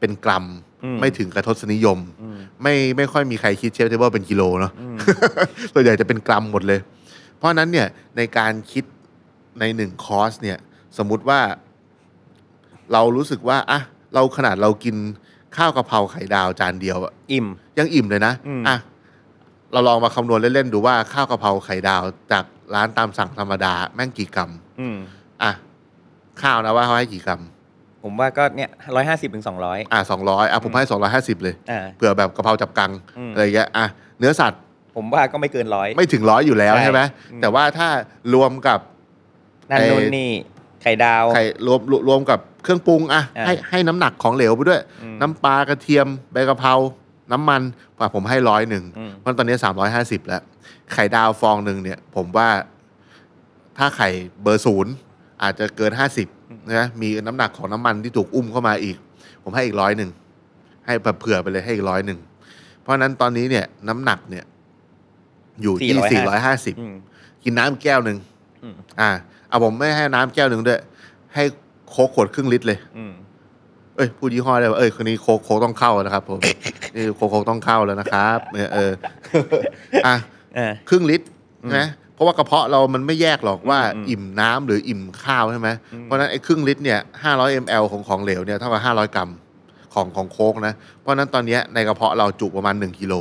S2: เป็นกรัม
S4: อืม
S2: ไม่ถึงกระทศนิยม
S4: อืม
S2: ไม่ไม่ค่อยมีใครคิดเชฟเทเบิลเป็น กิโลเนาะ
S4: อืม
S2: ส่วนใหญ่จะเป็นกรัมหมดเลย เพราะฉะนั้นเนี่ยในการคิดในหนึ่งคอร์สเนี่ยสมมุติว่า เรารู้สึกว่าอ่ะเราขนาดเรากินข้าวกะเพราไข่ดาวจานเดียวอะ
S4: อิ่ม
S2: ยังอิ่มเลยนะ
S4: อืม
S2: อ่ะเราลองมาคำนวณเล่นๆดูว่าข้าวกะเพราไข่ดาวจากร้านตามสั่งธรรมดาแม่งกี่กรัม
S4: อืม
S2: อ่ะข้าวนะว่าเขาให้กี่กรัม
S4: ผมว่าก็เนี่ยร้อยห้าสิบถึงสองร้อย
S2: อ่ะสองร้อยอ่ะผมให้สองร้อยห้าสิบเลย
S4: อ่า
S2: เผื่อแบบกะเพราจับกัง
S4: อืม
S2: อะไรอย่างเงี้ยอ่ะเนื้อสัตว์
S4: ผมว่าก็ไม่เกินร้อย
S2: ไม่ถึงร้อยอยู่แล้ว
S4: ใช่
S2: ใช่ไหม
S4: อืม
S2: แต่ว่าถ้ารวมกับ
S4: นั่น
S2: ไอ้
S4: นู่นนี่ ไข่ดาว
S2: ไข่รวมรวมรวมกับเครื่องปรุงอะ
S4: อ่า
S2: ให้ให้น้ำหนักของเหลวไปด้วย
S4: อืม
S2: น้ำปลากระเทียมใบกะเพราน้ำมันว่าผมให้ร้อยหนึ่ง
S4: อืม
S2: เพราะตอนนี้สามร้อยห้าสิบแล้ว ไข่ดาวฟองหนึ่งเนี่ย ผมว่าถ้าไข่เบอร์ศูนย์อาจจะเกินห้าสิบนะมีน้ำหนักของน้ำมันที่ถูกอุ้มเข้ามาอีก ผมให้อีกร้อยหนึ่งให้แบบเผื่อไปเลยให้อีกร้อยหนึ่งเพราะฉะนั้นตอนนี้เนี่ยน้ำหนักเนี่ย อยู่ที่สี่ร้อยห้าสิบ
S4: อืม
S2: กินน้ำแก้วหนึ่ง
S4: อืม
S2: อ่า เอาผมไม่ให้น้ำแก้วหนึ่งด้วย ให้โค้กขวดครึ่งลิตรเลย
S4: อืม
S2: เอ้ย พูดยี่ห้อได้ปะเอ้ย คนนี้โค้กโค้กต้องเข้านะครับผม นี่โค้กโค้กต้องเข้าแล้วนะครับ เออเออ อ่ะ
S4: เออ
S2: ครึ่งลิตรนะเพราะว่ากระเพาะเรามันไม่แยกหรอกว่า
S4: อืม
S2: อิ่มน้ำหรืออิ่มข้าวใช่ไหม
S4: อืม
S2: เพราะฉะนั้นไอ้ครึ่งลิตรเนี่ย500 ml ของของเหลวเนี่ยเท่ากับ500 กรัมของของโค้กนะ เพราะฉะนั้นตอนเนี้ยในกระเพาะเราจุประมาณ 1กิโล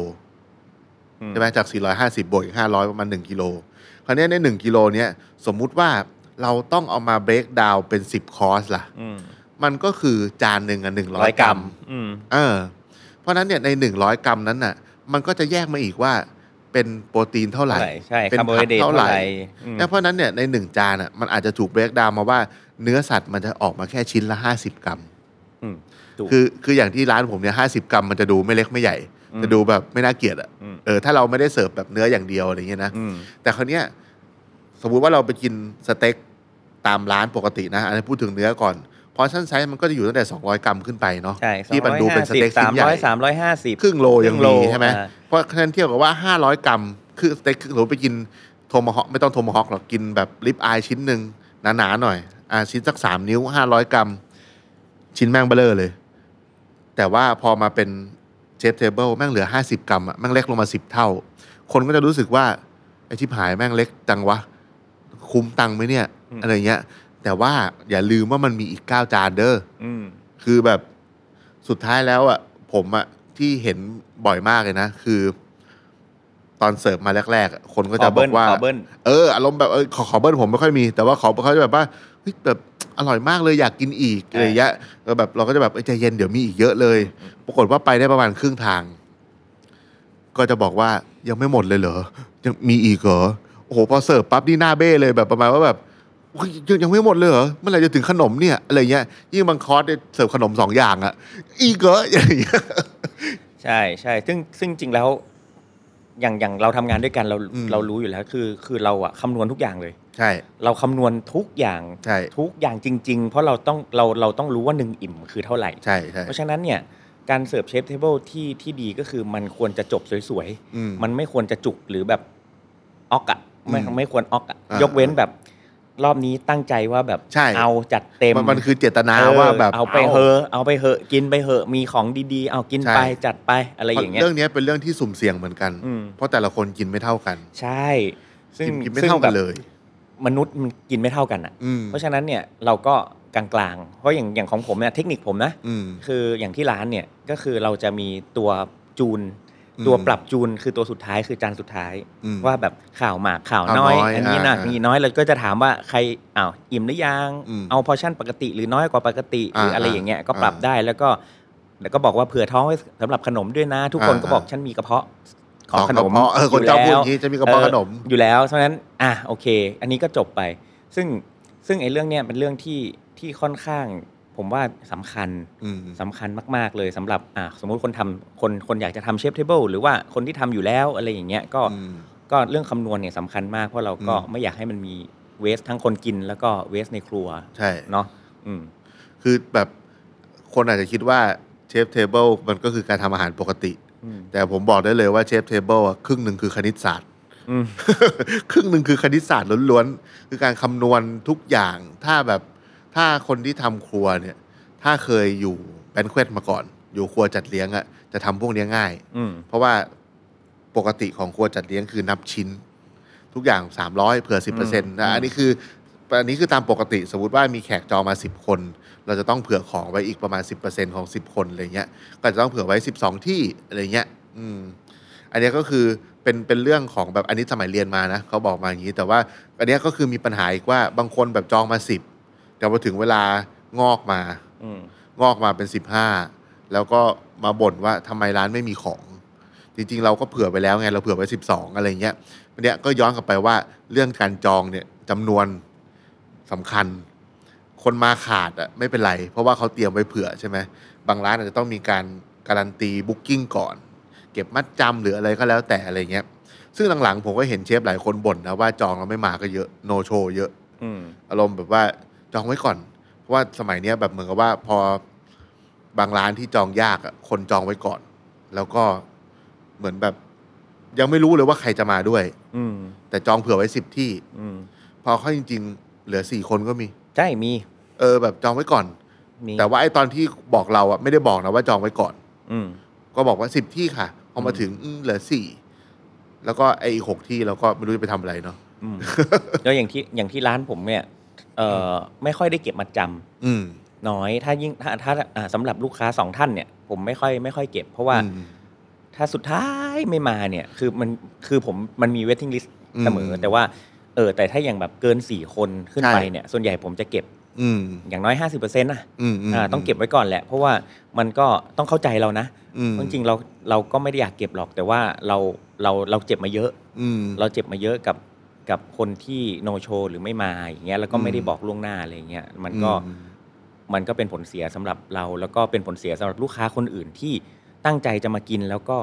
S4: อื
S2: ใช่ไหมจาก 450 บวกอีก 500 ประมาณ 1 กิโล คราวเนี้ยใน 1 กิโลเนี้ยสมมุติว่าเราต้องเอามาเบรกดาวเป็น 10 คอร์สล่ะ
S4: อืม
S2: มันก็คือจานหนึ่งอ่ะ
S4: ร้อย
S2: 100
S4: ก
S2: ก
S4: รั
S2: รั
S4: ม
S2: ม
S4: อืม
S2: เออ เพราะฉะนั้นเนี่ยใน 100 กรัมนั้นน่ะ มันก็จะแยกมาอีกว่าเป็นโปรตีนเท่าไหร่
S4: เท่าไหร่ใช่
S2: เป็น
S4: คาร์โบไฮ
S2: ผัก
S4: เดรต
S2: เท่า
S4: เท่า
S2: ไห
S4: ไหร่
S2: ร่
S4: อืม
S2: และเพราะฉะนั้นเนี่ยใน 1 จานอ่ะมันอาจจะถูกเบรกดาวมาว่าเนื้อสัตว์มันจะออกมาแค่ชิ้นละ 50 กรัม
S4: อืมถูก
S2: คือคืออย่างที่ร้านผมเนี่ยห้าสิบกรัมมันจะดูไม่เล็กไม่ใหญ่
S4: อืม
S2: จะดูแบบไม่น่าเกลียดอะ
S4: อืม
S2: เออถ้าเราไม่ได้เสิร์ฟแบบเนื้ออย่างเดียวอะไรเงี้ยนะ
S4: อืม
S2: แต่คราวเนี้ยสมมุติว่าเราไปกินสเต็กตามร้านปกตินะ อันนี้พูดถึงเนื้อก่อนพอชั่นไซส์มันก็จะอยู่ตั้งแต่ 200 กรัมขึ้นไปเนาะ
S4: ใช่
S2: ที่มันดูเป็นสเต็ก
S4: สา
S2: ชิ้
S4: ม
S2: นใหญ่
S4: ร้อยสามร้อยห้าสิบ
S2: ครึ่งโลยั
S4: ครึ่
S2: งมี
S4: งโล
S2: ใช่ไหม
S4: อ่า
S2: เพราะฉะนั้นเทียบกับว่า 500 กรัม คือสเต็กครึ่งโลไปกินโทมฮอคไม่ต้องโทมฮอคหรอกกินแบบลิปอายชิ้นหนึ่งหนาๆหน่อยอ่าชิ้นสักสามนิ้ว 500 กรัม ชิ้นแม่งเบลอเลย แต่ว่าพอมาเป็นเจฟเทเบิลแม่งเหลือ 50 กรัมอะแม่งเล็กลงมา 10 เท่า คนก็จะรู้สึกว่า ไอ้ชิบหายแม่งเล็กจังวะ คุ้มตังค์ไหมเนี่ย
S4: อืม
S2: อะไรเงี้ย แต่ว่าอย่าลืมว่ามันมีอีก 9 จานเด้อ
S4: อืม
S2: คือแบบสุดท้ายแล้วอะผมอะที่เห็นบ่อยมากเลยนะ คือ ตอนเสิร์ฟมาแรกๆอะคนก็จะ
S4: ขอ
S2: บอก
S4: เบิ้ล
S2: ว่า
S4: ขอเบิ้ล
S2: เอออารมณ์แบบเออขอขอเบิ้ลผมไม่ค่อยมี แต่ว่าขอเขาจะแบบว่าเฮ้ยแบบอร่อยมากเลยอยากกินอีกอะไรอย่างเงี้ยแล้วแบบเราก็จะแบบเอ้ยใจเย็นเดี๋ยวมีอีกเยอะเลย ปรากฏว่าไปได้ประมาณครึ่งทาง ก็จะบอกว่ายังไม่หมดเลยเหรอ ยังมีอีกเหรอโอ้โหพอเสิร์ฟปั๊บนี่หน้าเบ้เลยแบบประมาณว่าแบบโอ้ยยังยังไม่หมดเลยเหรอเมื่อไหร่จะถึงขนมเนี่ยอะไรเงี้ยยิ่งบางคอร์สเนี่ยเสิร์ฟขนมสองอย่างอะอีกเหรออะไรเงี้ย
S4: ใช่ใช่ซึ่งซึ่งจริงแล้ว อย่างอย่างเราทำงานด้วยกันเรา
S2: อืม
S4: เรารู้อยู่แล้วคือ คือเราอะคำนวณทุกอย่างเลย
S2: ใช่
S4: เราคำนวณทุกอย่าง
S2: ใช่
S4: ทุกอย่างจริง ๆ เพราะเราต้องเราเราต้องรู้ว่าหนึ่งอิ่มคือเท่าไหร่
S2: ใช่ใช่
S4: เพราะฉะนั้นเนี่ยการเสิร์ฟเชฟเทเบิลที่ที่ดีก็คือมันควรจะจบสวยๆ
S2: อืม
S4: มันไม่ควรจะจุกหรือแบบออกอะไม่
S2: อืม
S4: ไม่ควรออกอะ
S2: อ่าย
S4: กเว้นแบบรอบนี้ตั้งใจว่าแบบ
S2: ใช่
S4: เอาจัดเต็ม
S2: มันมันคือเจตนา
S4: เออ
S2: ว่าแบบ
S4: เอาไปเหอะ เอาไปเหอะ กินไปเหอะมีของดีๆ เอากินไปจัดไปอะไรอย่างเงี้ย
S2: เรื่องนี้ยเป็นเรื่องที่สุ่มเสี่ยงเหมือนกัน
S4: อืม
S2: เพราะแต่ละคนกินไม่เท่ากัน
S4: ใช่ ซึ่ง
S2: กินกินไม่
S4: ซึ่ง
S2: เท่ากัน
S4: แบบ
S2: เลย
S4: มนุษย์มันกินไม่เท่ากันอ่ะ
S2: อืม
S4: เพราะฉะนั้นเนี่ยเราก็กลางๆ เพราะอย่างอย่างของผมเนี่ยเทคนิคผมนะ
S2: อืม
S4: คืออย่างที่ร้านเนี่ยก็คือเราจะมีตัวจูน
S2: อืม
S4: ตัวปรับจูนคือตัวสุดท้ายคือจานสุดท้าย
S2: อืม
S4: ว่าแบบข่าวหมากข่าว
S2: ข่าว
S4: น้อย
S2: น้อย
S4: อันนี้หนัก
S2: อ่า
S4: อันนี้น้อยเราก็จะถามว่าใครอ้าวอิ่มหรือยัง
S2: อืม
S4: เอาพอชั่นปกติหรือน้อยกว่าปกติหรืออะไร
S2: อ่า
S4: อย่างเงี้ยก็ปรับได้แล้วก็แล้วก็บอกว่าเผื่อท้องไว้สำหรับขนมด้วยนะ ทุกคนก็บอก
S2: อ่า
S4: ฉันมีกระเพาะของ
S2: ของ
S4: ขนม
S2: กระเพาะเออคน
S4: ยู่
S2: เจ้าพูด
S4: แล้ว
S2: อย่างงี้จะมีกระเพาะขนม
S4: อออยู่แล้วเพราะฉะนั้นอ่ะโอเค อันนี้ก็จบไป ซึ่งซึ่งไอ้เรื่องเนี้ยเป็นเรื่องที่ที่ค่อนข้าง ผมว่าสำคัญ
S2: อืม
S4: สำคัญมาก ๆ เลยสำหรับอ่ะสมมุติคนทำคนคนอยากจะทำเชฟเทเบิลหรือว่าคนที่ทำอยู่แล้วอะไรอย่างเงี้ยก็
S2: อืม
S4: ก็เรื่องคำนวณเนี่ยสำคัญมาก เพราะเราก็
S2: อืม
S4: ไม่อยากให้มันมีเวสทั้งคนกินแล้วก็เวสในครัว
S2: ใช่
S4: เนาะอืม
S2: คือแบบคนอาจจะคิดว่าเชฟเทเบิลมันก็คือการทำอาหารปกติ
S4: อืม
S2: แต่ผมบอกได้เลยว่าเชฟเทเบิลครึ่งหนึ่งคือคณิตศาสตร์
S4: อืม
S2: ครึ่งหนึ่งคือคณิตศาสตร์ล้วนๆ คือการคำนวณทุกอย่าง ถ้าแบบถ้าคนที่ทำครัวเนี่ย ถ้าเคยอยู่แบนเควตมาก่อน อยู่ครัวจัดเลี้ยงอะจะทำพวกเนี้ยง่าย
S4: อืม
S2: เพราะว่าปกติของครัวจัดเลี้ยงคือนับชิ้น ทุกอย่าง 300 เผื่อ 10เปอร์เซ็นต์นะอันนี้คืออันนี้คือตามปกติสมมติว่ามีแขกจองมา 10 คน เราจะต้องเผื่อของไว้อีกประมาณ 10%ของ 10 คนอะไรเงี้ยก็จะต้องเผื่อไว้ 12 ที่อะไรเงี้ยอืมอันเนี้ยก็คือเป็นเป็นเรื่องของแบบอันนี้สมัยเรียนมานะเขาบอกมาอย่างนี้ แต่ว่าอันเนี้ยก็คือมีปัญหาอีกว่าบางคนแบบจองมา 10 แต่พอถึงเวลางอกมา
S4: อืม
S2: งอกมาเป็นสิบห้าแล้วก็มาบ่นว่าทำไมร้านไม่มีของ จริงๆ เราก็เผื่อไปแล้วไงเราเผื่อไว้สิบสองอะไรเงี้ยเนี้ยก็ย้อนกลับไปว่าเรื่องการจองเนี่ยจำนวนสำคัญ คนมาขาดอะไม่เป็นไร เพราะว่าเขาเตรียมไว้เผื่อใช่ไหมบางร้านอาจจะต้องมีการการันตีบุ๊กิ้งก่อน เก็บมัดจำหรืออะไรก็แล้วแต่อะไรเงี้ย ซึ่งหลังๆ ผมก็เห็นเชฟหลายคนบ่นนะว่าจองแล้วไม่มาก็เยอะโนโชเยอะ
S4: อืม
S2: อารมณ์แบบว่าจองไว้ก่อน เพราะว่าสมัยเนี้ยแบบเหมือนกับว่าพอบางร้านที่จองยากอะคนจองไว้ก่อน แล้วก็เหมือนแบบ ยังไม่รู้เลยว่าใครจะมาด้วย
S4: อืม
S2: แต่จองเผื่อไว้สิบที่
S4: อืม
S2: พอเข้าจริง ๆ เหลือสี่คนก็มี
S4: ใช่มี
S2: เออ แบบจองไว้ก่อน
S4: มี
S2: แต่ว่าไอ้ตอนที่บอกเราอะไม่ได้บอกนะว่าจองไว้ก่อน
S4: อืม
S2: ก็บอกว่าสิบที่ค่ะ พอมา
S4: อืม
S2: ถึงอืมเหลือสี่แล้วก็ไอ้อีกหกที่เราก็ไม่รู้จะไปทำอะไรเนาะ
S4: อื ม แล้วอย่างที่อย่างที่ร้านผมเนี่ยเอ่อไม่ค่อยได้เก็บมัดจำ
S2: อืม
S4: น้อยถ้ายิ่งถ้าถ้าอ่าสำหรับลูกค้าสองท่านเนี่ยผมไม่ค่อยไม่ค่อยเก็บ เพราะว่า
S2: อืม
S4: ถ้าสุดท้ายไม่มาเนี่ยคือมันคือผมมันมีเวทติ้งลิสต์เสมออ
S2: ม
S4: แต่ว่าเออแต่ถ้าอย่างแบบเกิน 4 คนขึ้นไป
S2: ใช่
S4: เนี่ยส่วนใหญ่ผมจะเก็บ
S2: อืม
S4: อย่างน้อย 50%อนะ
S2: อืมม
S4: อ่าต้องเก็บไว้ก่อนแหละ เพราะว่ามันก็ต้องเข้าใจเรานะ
S2: อืม
S4: จริงๆเราเราก็ไม่ได้อยากเก็บหรอก แต่ว่าเราเราเราเจ็บมาเยอะ
S2: อืม
S4: เราเจ็บมาเยอะกับกับคนที่โนโชหรือไม่มาอย่างเงี้ยแล้วก็ไม่ได้
S2: อืม
S4: บอกล่วงหน้าอะไรเงี้ยมันก็
S2: อืม
S4: มันก็เป็นผลเสียสำหรับเรา แล้วก็เป็นผลเสียสำหรับลูกค้าคนอื่นที่ตั้งใจจะมากินแล้วก็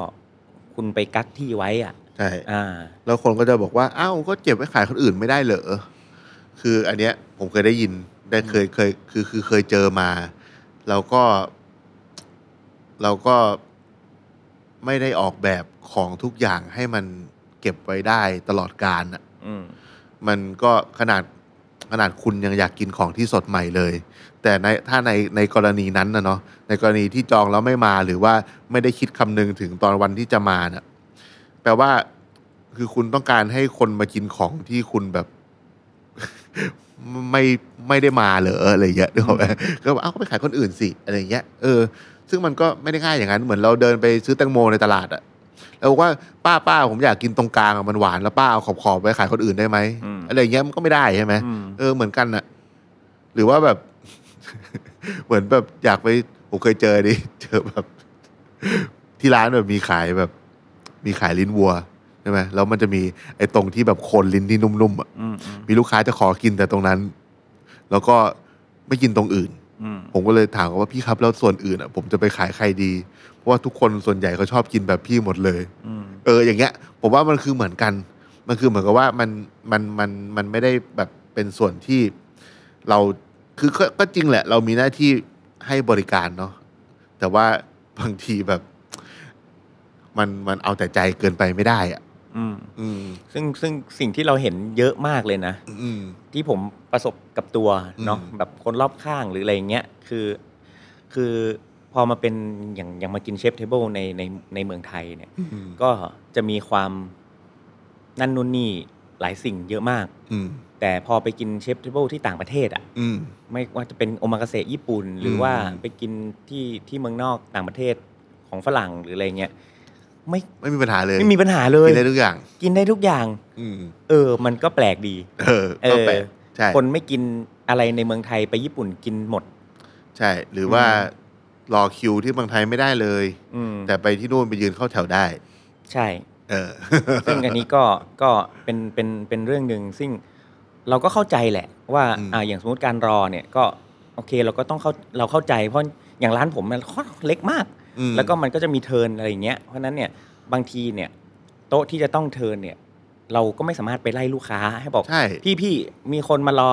S4: คุณไปกักที่ไว้อ่ะ
S2: ใช่
S4: อ่า
S2: แล้วคนก็จะบอกว่า อ้าว ก็เก็บไว้ขายคนอื่นไม่ได้เหรอ คืออันเนี้ยผมเคยได้ยิน ได้เคย เคย คือ คือเคยเจอมา เราก็ เราก็ไม่ได้ออกแบบของทุกอย่างให้มันเก็บไว้ได้ตลอดการอะ
S4: อืม
S2: มันก็ขนาดขนาดคุณยังอยากกินของที่สดใหม่เลย แต่ในถ้าในในกรณีนั้นนะเนาะในกรณีที่จองแล้วไม่มาหรือว่าไม่ได้คิดคำนึงถึงตอนวันที่จะมาเนะ่ะแปลว่าคือคุณต้องการให้คนมากินของที่คุณแบบ ไม่ไม่ได้มาเหรออะไรเงี้ยนึกออกไหมก็บอกเอ้าก็ไปขายคนอื่นสิอะไรเงี้ยเออ ซึ่งมันก็ไม่ได้ง่ายอย่างนั้น เหมือนเราเดินไปซื้อแตงโมในตลาดอะแล้วบอกว่าป้าป้าผมอยากกินตรงกลางอะมันหวานแล้วป้าเอาขอบขอบๆไปขายคนอื่นได้ไหม
S4: อืม
S2: อะไรเงี้ยมันก็ไม่ได้ใช่ไหม
S4: อืม
S2: เออเหมือนกันอะหรือว่าแบบ เหมือนแบบอยากไปผมเคยเจอดิ เจอแบบ ที่ร้านแบบมีขายแบบ มีขายลิ้นวัวใช่ไหมแล้วมันจะมีไอ้ตรงที่แบบโคนลิ้นที่นุ่มๆอะ
S4: อืมอืม
S2: มีลูกค้าจะขอกินแต่ตรงนั้น แล้วก็ไม่กินตรงอื่น
S4: อืม
S2: ผมก็เลยถามเขาว่าพี่ครับแล้วส่วนอื่นอ่ะ ผมจะไปขายใครดี เพราะว่าทุกคนส่วนใหญ่เขาชอบกินแบบพี่หมดเลย
S4: อืม
S2: เอออย่างเงี้ย ผมว่ามันคือเหมือนกัน มันคือเหมือนกับว่ามันมันมันมันไม่ได้แบบเป็นส่วนที่เราคือก็ก็จริงแหละ เรามีหน้าที่ให้บริการเนาะแต่ว่าบางทีแบบ มันมันเอาแต่ใจเกินไปไม่ได้อ่ะ
S4: อืม
S2: อืม
S4: ซึ่งซึ่งสิ่งที่เราเห็นเยอะมากเลยนะ
S2: อืม
S4: ที่ผมประสบกับตัวเนาะ
S2: อืม
S4: แบบคนรอบข้างหรืออะไรเงี้ยคือ คือพอมาเป็นอย่างอย่างมากินเชฟเทเบิลในในในเมืองไทยเนี่ย
S2: อืม
S4: ก็จะมีความนั่นนู่นนี่หลายสิ่งเยอะมาก
S2: อืม
S4: แต่พอไปกินเชฟเทเบิลที่ต่างประเทศอ่ะ
S2: อืม
S4: ไม่ว่าจะเป็นโอมากาเสะญี่ปุ่น หรืออ
S2: ม
S4: ว่าไปกินที่ที่เมืองนอกต่างประเทศของฝรั่งหรืออะไรเงี้ยไม่
S2: ไม่มีปัญหาเลย
S4: ไม่มีปัญหาเลย
S2: กินได้ทุกอย่าง
S4: กินได้ทุกอย่าง
S2: อืม
S4: เออ มันก็แปลกดี
S2: เออก็แปลก
S4: เออ
S2: ใช่
S4: คนไม่กินอะไรในเมืองไทยไปญี่ปุ่นกินหมด
S2: ใช่ หรือว่ารอคิวที่เมืองไทยไม่ได้เลย
S4: อืม
S2: แต่ไปที่นู่นไปยืนเข้าแถวได้
S4: ใช่
S2: เออ
S4: ซึ่งอันนี้ก็ก็เป็นเป็นเป็นเรื่องหนึ่งซึ่ง เราก็เข้าใจแหละว่า
S2: อืม
S4: อ่าอย่างสมมติการรอเนี่ยก็โอเคเราก็ต้องเข้าเราเข้าใจ เพราะอย่างร้านผมมัน ค่อนข้างเล็กมาก
S2: อืม
S4: แล้วก็มันก็จะมีเทิร์นอะไรอย่างเงี้ย เพราะฉะนั้นเนี่ยบางทีเนี่ยโต๊ะที่จะต้องเทิร์นเนี่ยเราก็ไม่สามารถไปไล่ลูกค้าให้บอก
S2: ใช่
S4: พี่พี่มีคนมารอ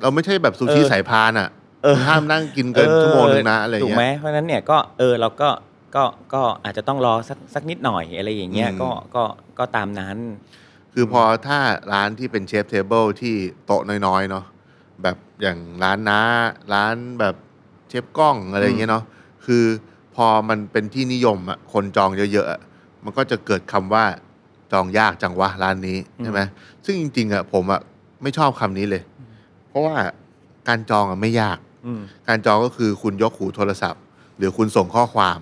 S2: เราไม่ใช่แบบซูชิ
S4: เออ
S2: สายพานอ่ะ
S4: เออ
S2: ห้ามนั่งกินเกิน
S4: เออ
S2: ชั่วโมงนึงนะอะไร
S4: ถูก
S2: เงี้
S4: ไหม
S2: ย
S4: เพราะฉะนั้นเนี่ยก็เออเราก็ก็ก็อาจจะต้องรอสักสักนิดหน่อยอะไรอย่างเงี้ย
S2: อืม
S4: ก็ก็ก็ตามนั้น
S2: คือพอถ้าร้านที่เป็นเชฟเทเบิลที่โต๊ะน้อยๆเนาะแบบอย่างร้านน้า ร้านแบบเชฟกล้องอะไรเงี้ยเนาะคือพอมันเป็นที่นิยมอ่ะคนจองเยอะๆอะมันก็จะเกิดคำว่าจองยากจังวะร้านนี้ใช่ไหมซึ่งจริงๆอ่ะผมอ่ะไม่ชอบคำนี้เลย เพราะว่าการจองอ่ะไม่ยาก
S4: อืม
S2: การจองก็คือคุณยกหูโทรศัพท์ หรือคุณส่งข้อความ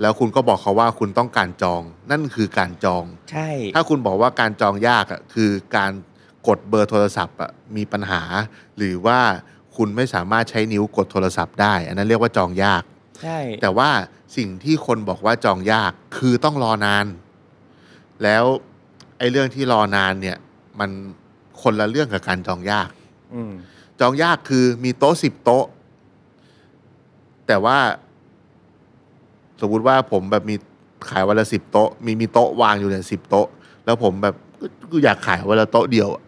S2: แล้วคุณก็บอกเขาว่าคุณต้องการจอง นั่นคือการจอง
S4: ใช่
S2: ถ้าคุณบอกว่าการจองยากอ่ะคือการกดเบอร์โทรศัพท์อ่ะมีปัญหา หรือว่าคุณไม่สามารถใช้นิ้วกดโทรศัพท์ได้ อันนั้นเรียกว่าจองยาก
S4: ใช่
S2: แต่ว่าสิ่งที่คนบอกว่าจองยากคือต้องรอนาน แล้วไอ้เรื่องที่รอนานเนี่ย มันคนละเรื่องกับการจองยาก
S4: อืม
S2: จองยากคือมีโต๊ะสิบโต๊ะ แต่ว่า สมมติว่าผมแบบมีขายวันละสิบโต๊ะ มีมีโต๊ะวางอยู่เนี่ยสิบโต๊ะ แล้วผมแบบก็ก็อยากขายวันละโต๊ะเดียวอะ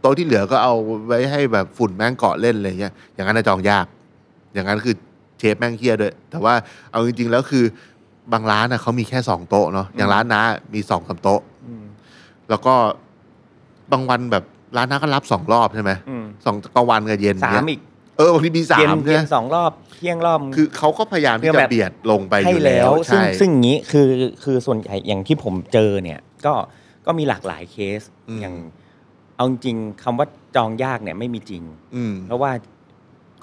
S2: โต๊ะที่เหลือก็เอาไว้ให้แบบฝุ่นแม่งเกาะเล่นอะไรเงี้ยอย่างนั้นนะจองยาก อย่างนั้นคือเชฟแม่งเคียด้วย แต่ว่าเอาจริง ๆ แล้วคือบางร้านนะเขามีแค่สองโต๊ะเนาะอย่าง
S4: อืม
S2: ร้านน้ามีสองสามโต๊ะ
S4: อืม
S2: แล้วก็บางวันแบบร้านน้าก็รับสองรอบใช่ไหม
S4: อืม
S2: สองกลางวันกับเย็น
S4: สา
S2: เงี้
S4: ม
S2: ย
S4: อีก
S2: เออบางทีมีสา
S4: เย็น
S2: ม
S4: เย็
S2: เนี่
S4: น
S2: ย
S4: สองรอบเที่ยงรอบ
S2: คือเขาก็พยายามที่
S4: เพื่อแบ
S2: จะ
S4: บ
S2: เบียดลงไปอ
S4: ให้
S2: ยู่
S4: แล้
S2: แล้วว
S4: ซึ่ง
S2: ใช่
S4: ซึ่งอย่างนี้คือคือส่วนใหญ่อย่างที่ผมเจอเนี่ยก็ก็มีหลากหลายเคสอย่างเอาจริงๆคำว่าจองยากเนี่ยไม่มีจริง
S2: อืม
S4: เพราะว่า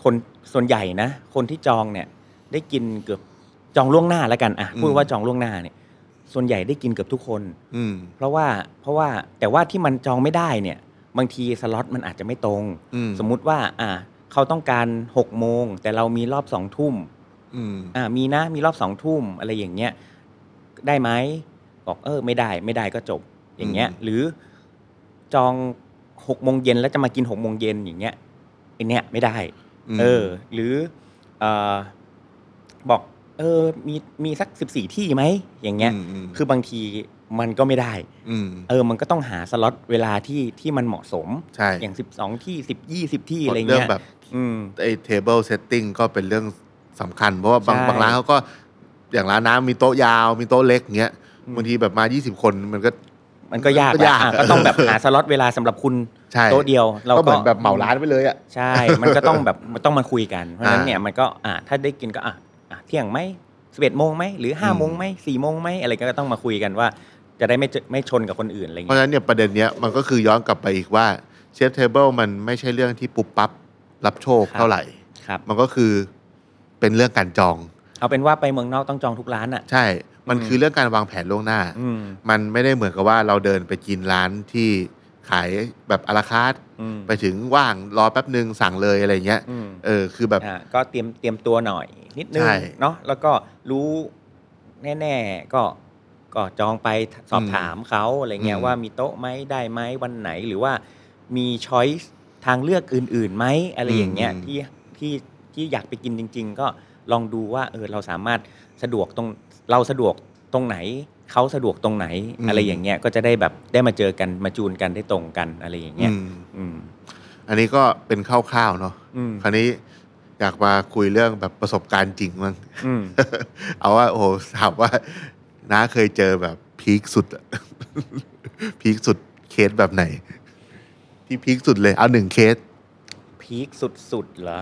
S4: คนส่วนใหญ่นะ คนที่จองเนี่ย ได้กินเกือบจองล่วงหน้าแล้วกันอ่ะพูดว่าจองล่วงหน้าเนี่ย ส่วนใหญ่ได้กินเกือบทุกคน
S2: อืม
S4: เพราะว่าเพราะว่าแต่ว่าที่มันจองไม่ได้เนี่ย บางทีสล็อตมันอาจจะไม่ตรง
S2: อืม
S4: สมมุติว่า อ่า เขาต้องการหกโมงแต่เรามีรอบสองทุ่ม
S2: อืม
S4: อ่ามีนะมีรอบสองทุ่มอะไรอย่างเงี้ยได้ไหมบอกเออไม่ได้ไม่ได้ก็จบอย่างเงี้ย
S2: อืม
S4: หรือจองหกโมงเย็นแล้วจะมากินหกโมงเย็นอย่างเงี้ยไอเนี้ยไม่ได้
S2: ม
S4: เออ หรือเออบอกเออมีมีสักสิบสี่ที่ไหมอย่างเงี้ย
S2: มม
S4: คือบางทีมันก็ไม่ได้
S2: ม
S4: เออมันก็ต้องหาสล็อตเวลาที่ที่มันเหมาะสม
S2: ใช่
S4: อย่างสิบสองที่สิบยี่สิบที่
S2: เพ
S4: อะไร
S2: ราะเรื่อง
S4: เงี้ย
S2: แบบ
S4: อืม
S2: ไอ้เทเบิลเซตติ้งก็เป็นเรื่องสำคัญ เพราะว่าบาง
S4: ใช่
S2: บางร้านเขาก็อย่างร้านน้ำมีโต๊ะยาว มีโต๊ะเล็กเงี้ย
S4: อืม
S2: บางทีแบบมา 20 คนมันก็
S4: มันก็ยาก
S2: ก็ยาก
S4: อ่ะ
S2: อะ
S4: ก็ต้องแบบหาสล็อตเวลาสำหรับคุณ
S2: ใช่
S4: โต๊ะเดียวเรา
S2: ก็
S4: ก็
S2: เหมือนแบบเหมาร้านไปเลยอ่ะ
S4: ใช่ มันก็ต้องแบบ มันต้องมาคุยกัน เพราะฉะนั้น
S2: อ่า
S4: เนี่ยมันก็อ่ะถ้าได้กินก็อ่ะอ่ะเที่ยงไหมสิบเอ็ดโมงไหมหรือห้า
S2: อืม
S4: โมงไหมสี่โมงไหมอะไรก็ต้องมาคุยกันว่า จะได้ไม่เจอไม่ชนกับคนอื่นอะไร
S2: เพราะ
S4: เงี้ย
S2: ฉะนั้นเนี่ยประเด็นเนี้ยมันก็คือย้อนกลับไปอีกว่าเชฟเทเบิลมันไม่ใช่เรื่องที่ปุ๊บปั๊บรับโชคเท่าไหร่
S4: ครับ
S2: มันก็คือเป็นเรื่องการจอง
S4: เอาเป็นว่าไปเมืองนอกต้องจองทุกร้านอ่ะ
S2: ใช่ มัน
S4: อืม
S2: คือเรื่องการวางแผนล่วงหน้า
S4: อืม
S2: มันไม่ได้เหมือนกับว่าเราเดินไปกินร้านที่ขายแบบอาราคาร์ต
S4: อืม
S2: ไปถึงว่างรอแป๊บหนึ่งสั่งเลยอะไรเงี้ย
S4: อืม
S2: เออ คือแบบ
S4: อ่ะก็เตรียมเตรียมตัวหน่อย นิดนึง
S2: ใช่
S4: เนาะแล้วก็รู้แน่ๆก็ก็จองไปสอบ
S2: อืม
S4: ถามเขาอะไรเงี้ย
S2: อืม
S4: ว่ามีโต๊ะไหมได้ไหมวันไหนหรือว่ามีช้อยส์ทางเลือกอื่นๆไหมอะไร อะไรอย่างเงี้ย
S2: อืม
S4: ที่ที่ที่อยากไปกินจริง ๆ ก็ลองดูว่าเออเราสามารถสะดวกตรงเราสะดวกตรงไหน เขาสะดวกตรงไหน อะไรอย่างเงี้ยก็จะได้แบบได้มาเจอกันมาจูนกันได้ตรงกันอะไรอย่างเงี้ย
S2: อืม
S4: อืม
S2: อันนี้ก็เป็นคร่าวๆเนาะ
S4: อืม
S2: คราวนี้อยากมาคุยเรื่องแบบประสบการณ์จริงมั้ง
S4: อืม
S2: เอาว่า โอ้โหถามว่าน้าเคยเจอแบบพีคสุดอะ พีคสุดเคสแบบไหน ที่พีคสุดเลย เอาหนึ่งเคส
S4: พีคสุดๆเหรอ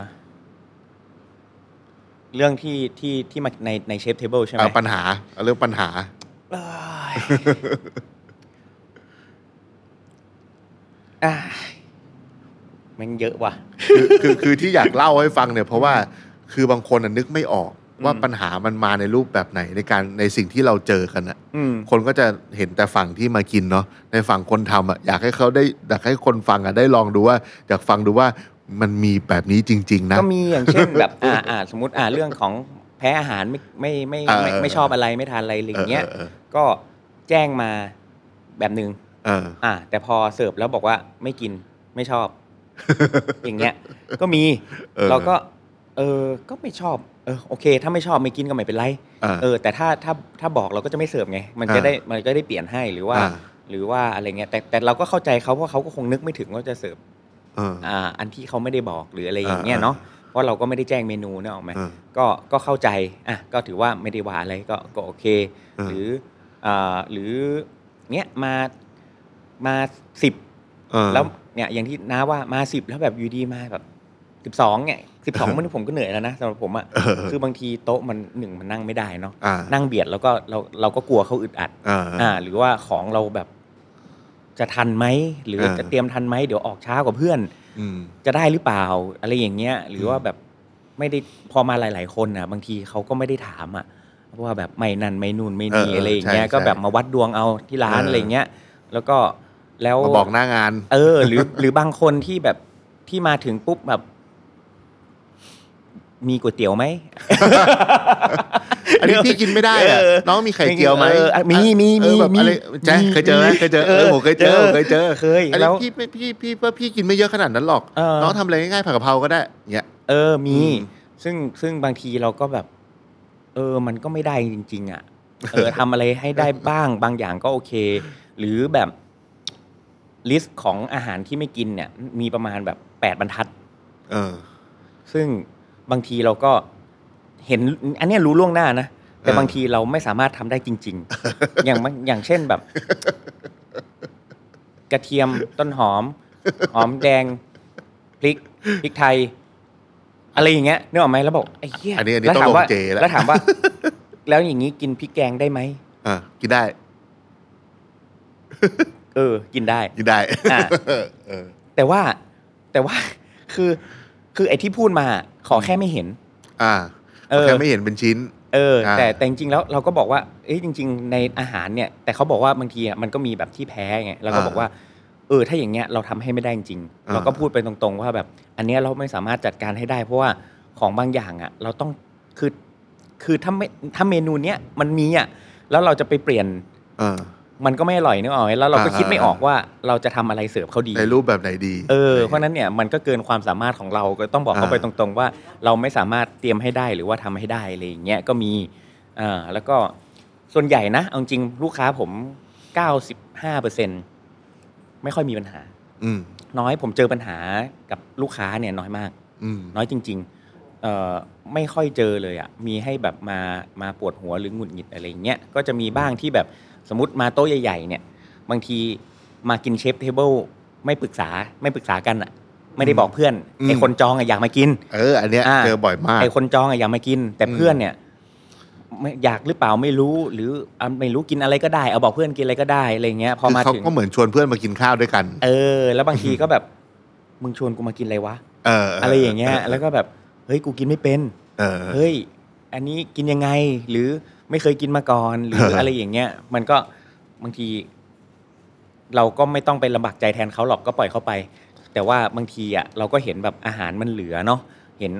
S4: เรื่องที่ที่ที่มาในในเชฟเทเบิลใช่ไหม
S2: เอาปัญหาเอาเรื่องปัญหา
S4: เอ้ย อ่ะแมันเยอะว่ะ
S2: คือคือคือที่อยากเล่าให้ฟังเนี่ยเพราะว่าคือบางคนน่ะนึกไม่ออกว่า
S4: อืม
S2: ปัญหามันมาในรูปแบบไหนในการในสิ่งที่เราเจอกันอ่ะ
S4: อืม
S2: คนก็จะเห็นแต่ฝั่งที่มากินเนาะในฝั่งคนทำอ่ะอยากให้เขาได้อยากให้คนฟังอ่ะได้ลองดูว่าอยากฟังดูว่ามันมีแบบนี้จริง ๆ นะ
S4: ก็มีอย่างเช่นแบบ อ่าอ่าสมมติอ่าเรื่องของแพ้อาหารไม่ไม่ไม่
S2: เออ
S4: ไม่
S2: เออ
S4: ไม่ชอบอะไรไม่ทานอะไรอะไรอย่างเงี้ย
S2: เออ
S4: ก็แจ้งมาแบบหนึ่ง
S2: เออเออ
S4: อ่า แต่พอเสิร์ฟแล้วบอกว่าไม่กิน ไม่ชอบ อย่าง เงี้ย ก็มี
S2: เออ
S4: เราก็ เออ ก็ไม่ชอบ เออ โอเค ถ้าไม่ชอบไม่กินก็ไม่เป็นไร
S2: อ่า
S4: เออ แต่ถ้า ถ้า ถ้าบอกเราก็จะไม่เสิร์ฟไง มัน
S2: อ่า
S4: จะได้ มันก็ได้เปลี่ยนให้ หรือว่า
S2: อ่า
S4: หรือว่าอะไรเงี้ย แต่ แต่เราก็เข้าใจเขาเพราะเขาก็คงนึกไม่ถึงว่าจะเสิร์ฟ
S2: เออ
S4: อ่า อันที่เขาไม่ได้บอกหรืออะไรอย่างเงี้ย
S2: อ่า
S4: เนาะ เพราะเราก็ไม่ได้แจ้งเมนูนะออกไหม
S2: เออ
S4: ก็ ก็เข้าใจ อ่ะ ก็ถือว่าไม่ได้ว่าอะไร ก็ ก็โอเค
S2: อ่า
S4: หรืออ่าหรือ เนี้ย มา มาสิบ
S2: เออ
S4: แล้วเนี่ยอย่างที่น้าว่ามาสิบแล้วแบบอยูดีมาแบบสิบสองเนี่ยสิ บสองมันผมก็เหนื่อยแล้วนะสำหรับผมอะ
S2: เออ
S4: คือบางทีโต๊ะมันหนึ่งมันนั่งไม่ได้เนาะ
S2: อ่า
S4: นั่งเบียดแล้วก็เราเราก็กลัวเขาอึดอัด
S2: เอ่า
S4: อ่า หรือว่าของเราแบบ จะทันไหมหรือ
S2: เออ
S4: จะเตรียมทันไหมเดี๋ยวออกช้ากว่าเพื่อน
S2: อืม
S4: จะได้หรือเปล่าอะไรอย่างเงี้ย หรือว่าแบบไม่ได้พอมาหลาย ๆ คนอ่ะ บางทีเขาก็ไม่ได้ถามอ่ะว่าแบบไม่นั่นไม่นู่นไม่นี่
S2: เออเออ
S4: อะไรอย่างเงี้ย
S2: ใช่ใช่
S4: ก็แบบมาวัดดวงเอาที่ร้าน
S2: เอออ
S4: อะไรอย่างเงี้ย แล้วก็แล้ว
S2: มาบอกหน้างาน
S4: เออหรือ หรือบางคนที่แบบที่มาถึงปุ๊บแบบ มีก๋วยเตี๋ยวไหม
S2: อันนี้พี่กินไม่ได้อะ
S4: เออ
S2: น้องมีไข่เจียวไหม
S4: เออเออมีมี
S2: เออแบบ
S4: มี
S2: อะไร
S4: มี
S2: แจ๊คเคยเจอไหม
S4: มี
S2: เคยเจอเออ
S4: เออ
S2: ผมเคยเจอ
S4: เออ
S2: ผมเคยเจอ
S4: เคย
S2: อัน
S4: แล้
S2: นี้
S4: ว
S2: พี่ไม่พี่พี่ว่าพี่กินไม่เยอะขนาดนั้นหรอก
S4: เออ
S2: น้องทำอะไรง่ายๆผัดกะเพราก็ได้เงี้ย
S4: เออมี
S2: อืม
S4: ซึ่งซึ่งบางทีเราก็แบบ เออ มันก็ไม่ได้จริง ๆ อ่ะ เอ อทำอะไรให้ได้บ้าง บางอย่างก็โอเค หรือแบบลิสต์ของอาหารที่ไม่กินเนี่ย มีประมาณแบบแปดบรรทัด
S2: เออ
S4: ซึ่งบางทีเราก็เห็นอันเนี้ยรู้ล่วงหน้านะ แต่
S2: เออ
S4: บางทีเราไม่สามารถทำได้จริง ๆ อย่างบางอย่างเช่นแบบ กระเทียมต้นหอม หอมแดงพริกพริกไทย อะไรอย่างเงี้ยนึกออกไหมแล้วบอกไอ้เหี้ย
S2: อันนี้อันนี้
S4: แล้ว
S2: ต้อง
S4: ถามว่า
S2: ลงเจแล้ว
S4: แล้วถามว่า แล้วอย่างนี้กินพริกแกงได้ไหม
S2: อ่ะกินได้
S4: เออ กินได้
S2: กินได้
S4: อ่ะ
S2: เออ
S4: แต่ว่าแต่ว่า คือ คือไอ้ที่พูดมาขอแค่ไม่เห็น
S2: อ่า
S4: เออ
S2: แค่ไม่เห็นเป็นชิ้น
S4: เออ
S2: อ่า
S4: แต่แต่จริงๆแล้วเราก็บอกว่าเอ้ยจริง ๆ ในอาหารเนี่ย แต่เขาบอกว่าบางทีอ่ะมันก็มีแบบที่แพ้ไงเราก็บอกว่า เออถ้าอย่างเงี้ยเราทำให้ไม่ได้จริงๆเราก็พูดไปตรงๆว่าแบบ อันเนี้ยเราไม่สามารถจัดการให้ได้ เพราะว่าของบางอย่างอ่ะ เราต้องคือคือถ้าไม่ถ้าเมนูเนี้ยมันมีอ่ะแล้วเราจะไปเปลี่ยน
S2: เออ
S4: มันก็ไม่อร่อยนึกออกไหมแล้วเราก็
S2: อ่า
S4: คิดไม่
S2: อ่า
S4: ออกว่าเราจะทำอะไรเสิร์ฟเขาดี
S2: ในรูปแบบไหนดี
S4: เออเพราะฉะนั้นเนี่ยมันก็เกินความสามารถของเราก็ต้องบอกเขาไปตรงๆ ว่าเราไม่สามารถเตรียมให้ได้หรือว่าทำให้ได้อะไรอย่างเงี้ยก็มีอ่าแล้วก็ส่วนใหญ่นะเอาจริงลูกค้าผม 95%ไม่ค่อยมีปัญหา
S2: อืม
S4: น้อยผมเจอปัญหากับลูกค้าเนี่ยน้อยมาก
S2: อืม
S4: น้อยจริงๆเอ่อไม่ค่อยเจอเลยอะ่ะ มีให้แบบมา มาปวดหัวหรือหงุดหงิดอะไรอย่างเงี้ย ก็จะมีบ้างที่แบบสมมติมาโต๊ะใหญ่ ๆ เนี่ย บางทีมากินเชฟเทเบิลไม่ปรึกษาไม่ปรึกษากันอะ่ะ ไม่ได้บอกเพื่อน
S2: อืม
S4: ไอคนจองอะอยากมากิน
S2: เออ อันเนี้ย
S4: อ่า
S2: เจอบ่อยมาก
S4: ไอคนจองอะอยากมากิน แต่
S2: อืม
S4: เพื่อนเนี่ยไม่อยากหรือเปล่าไม่รู้หรืออ่ะไม่รู้กินอะไรก็ได้ เอาบอกเพื่อนกินอะไรก็ได้อะไรอย่างเงี้ยพอ
S2: คือ
S4: มา
S2: เขา
S4: ถึง
S2: ก็เหมือนชวนเพื่อนมากินข้าวด้วยกัน
S4: เออ แล้วบางทีก็แบบมึงชวนกูมากินอะไรวะ
S2: เออ
S4: อะ
S2: อะไร
S4: อย่างเงี้ย แล้วก็แบบเฮ้ยกูกินไม่เป็น
S2: เออ
S4: เฮ้ย อันนี้กินยังไง หรือไม่เคยกินมาก่อน หรือ
S2: เออ
S4: อะไรอย่างเงี้ย มันก็บางที เราก็ไม่ต้องไปลำบากใจแทนเขาหรอกก็ปล่อยเขาไป แต่ว่าบางทีอ่ะเราก็เห็นแบบอาหารมันเหลือเนาะ เห็น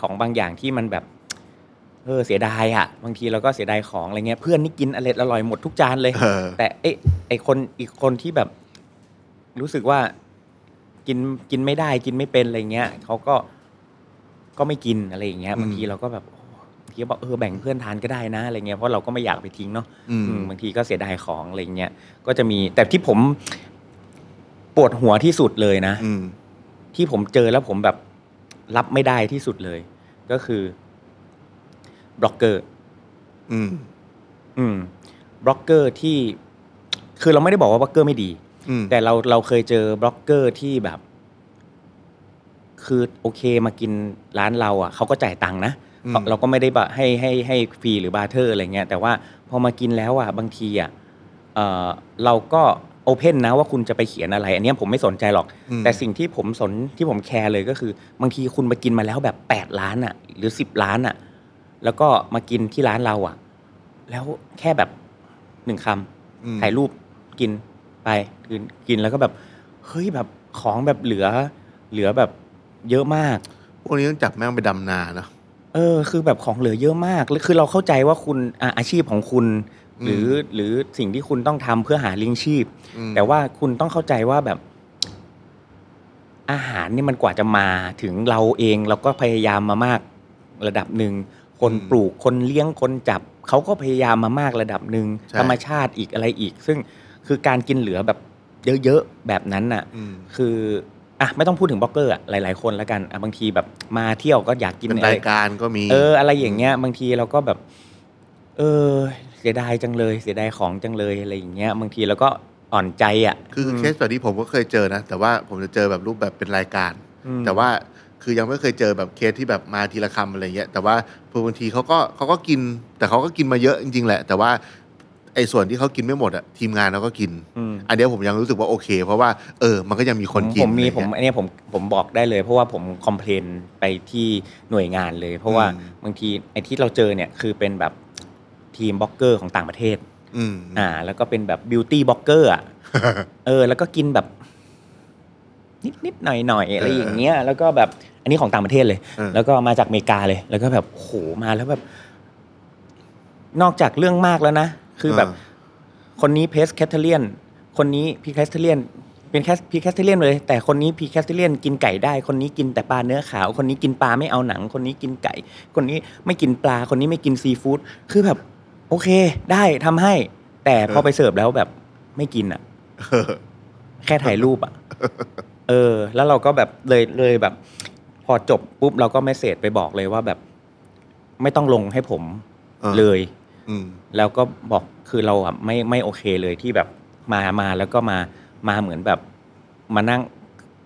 S4: ของบางอย่างที่มันแบบ เออเสียดายอ่ะ บางทีเราก็เสียดายของอะไรเงี้ย เพื่อนนี่กินอร่อยอร่อยหมดทุกจานเลย
S2: เออ
S4: แต่เอะไอคนอีกคนที่แบบ รู้สึกว่ากินกินไม่ได้กินไม่เป็นอะไรเงี้ยเขาก็ก็ไม่กินอะไรอย่างเงี้ย
S2: อืม
S4: บางทีเราก็แบบโอ้บางทีก็บอกเออแบ่งเพื่อนทานก็ได้นะอะไรเงี้ยเพราะเราก็ไม่อยากไปทิ้งเนาะ
S2: อืม
S4: อืมบางทีก็เสียดายของอะไรเงี้ยก็จะมีแต่ที่ผมปวดหัวที่สุดเลยนะ
S2: อืม
S4: ที่ผมเจอแล้วผมแบบรับไม่ได้ที่สุดเลย ก็คือบล็อกเกอร์
S2: อืม
S4: อืมบล็อกเกอร์ที่ คือเราไม่ได้บอกว่าบล็อกเกอร์ไม่ดี
S2: อืม
S4: แต่เราเราเคยเจอบล็อกเกอร์ที่แบบ คือโอเคมากินร้านเราอ่ะเขาก็จ่ายตังค์นะ
S2: อืม
S4: เราเราก็ไม่ได้แบบให้ให้ให้ฟรีหรือบาร์เทอร์อะไรเงี้ยแต่ว่าพอมากินแล้วอ่ะบางทีอ่ะเอ่อเราก็โอเพนนะว่าคุณจะไปเขียนอะไร อันเนี้ยผมไม่สนใจหรอก
S2: อืม
S4: แต่สิ่งที่ผมสนที่ผมแคร์เลยก็คือ บางทีคุณมากินมาแล้วแบบแปดล้านอ่ะ หรือสิบล้านอ่ะ แล้วก็มากินที่ร้านเราอ่ะ แล้วแค่แบบหนึ่งค
S2: อืม
S4: ำถ่ายรูปกินไปกินกินแล้วก็แบบ เฮ้ยแบบของแบบเหลือ เหลือแบบเยอะมาก
S2: พวกนี้ต้องจับแม่งไปดำนาเนาะ
S4: เออ คือแบบของเหลือเยอะมากแล้วคือเราเข้าใจว่าคุณอ่ะอาชีพของคุณ หรืออหรือสิ่งที่คุณต้องทำเพื่อหาเลี้ยงชีพ
S2: อืม
S4: แต่ว่าคุณต้องเข้าใจว่าแบบ อาหารเนี่ยมันกว่าจะมาถึงเราเองเราก็พยายามมามากระดับหนึ่ง คน
S2: อืม
S4: ปลูกคนเลี้ยงคนจับเขาก็พยายามมามากระดับหนึ่ง
S2: ใช่
S4: ธรรมชาติอีกอะไรอีก ซึ่งคือการกินเหลือแบบเยอะๆแบบนั้นน่ะ
S2: อืม
S4: คืออ่ะไม่ต้องพูดถึงบล็อกเกอร์อะหลาย ๆ คนแล้วกันอ่ะบางทีแบบมาเที่ยวก็อยากกิน
S2: เป็น
S4: อะไร
S2: รายการก็มี
S4: เออ อะไรอย่างเงี้ย บางทีเราก็แบบ เออ เสียดายจังเลย เสียดายของจังเลยอะไรอย่างเงี้ยบางทีเราก็อ่อนใจอ่ะ
S2: คือเคสแบบนี้ผมก็เคยเจอนะ แต่ว่าผมจะเจอแบบรูปแบบเป็นรายการ
S4: อืม
S2: แต่ว่าคือยังไม่เคยเจอแบบเคสที่แบบมาทีละคำอะไรเงี้ยแต่ว่าบางทีเขาก็เขาก็กิน แต่เขาก็กินมาเยอะจริงๆแหละ แต่ว่าไอ้ส่วนที่เขากินไม่หมดอะทีมงานเขาก็กิน
S4: อืม
S2: อันเนี้ยผมยังรู้สึกว่าโอเค เพราะว่าเออ มันก็ยังมีคนกิน
S4: ผมมี
S2: อะไร
S4: ผม
S2: เงี้ย
S4: อันเนี้ยผมผมบอกได้เลย เพราะว่าผมคอมเพลนไปที่หน่วยงานเลย เพราะว่า
S2: อืม
S4: บางทีไอ้ที่เราเจอเนี่ยคือเป็นแบบทีมบล็อกเกอร์ของต่างประเทศ
S2: อืม
S4: อ่า แล้วก็เป็นแบบบิวตี้บล็อกเกอร์อ่ะ เออ แล้วก็กินแบบ นิดนิดหน่อยหน่อยอะไรอย่างเงี้ย แล้วก็แบบอันนี้ของต่างประเทศเลย
S2: เออ
S4: แล้วก็มาจากอเมริกาเลย แล้วก็แบบโอ้โหมาแล้วแบบ นอกจากเรื่องมากแล้วนะ คือแบบ คนนี้เพสแคทเทเลียน คนนี้พีแคทเทเลียน เป็นแคสพีแคทเทเลียนเลย แต่คนนี้พีแคทเทเลียนกินไก่ได้ คนนี้กินแต่ปลาเนื้อขาว คนนี้กินปลาไม่เอาหนัง คนนี้กินไก่ คนนี้ไม่กินปลา คนนี้ไม่กินซีฟู้ด คือแบบ โอเค ได้ทำให้ แต่พอไปเสิร์ฟแล้วแบบไม่กินอ่ะ
S2: เอ อ
S4: แค่ถ่ายรูปอ่ะ เออ แล้วเราก็แบบเลยเลยแบบ พอจบปุ๊บเราก็เมสเซจไปบอกเลยว่าแบบ ไม่ต้องลงให้ผม
S2: เออ
S4: เลย
S2: อืม
S4: แล้วก็บอกคือเราอ่ะไม่ไม่โอเคเลยที่แบบมามาแล้วก็มามาเหมือนแบบมานั่ง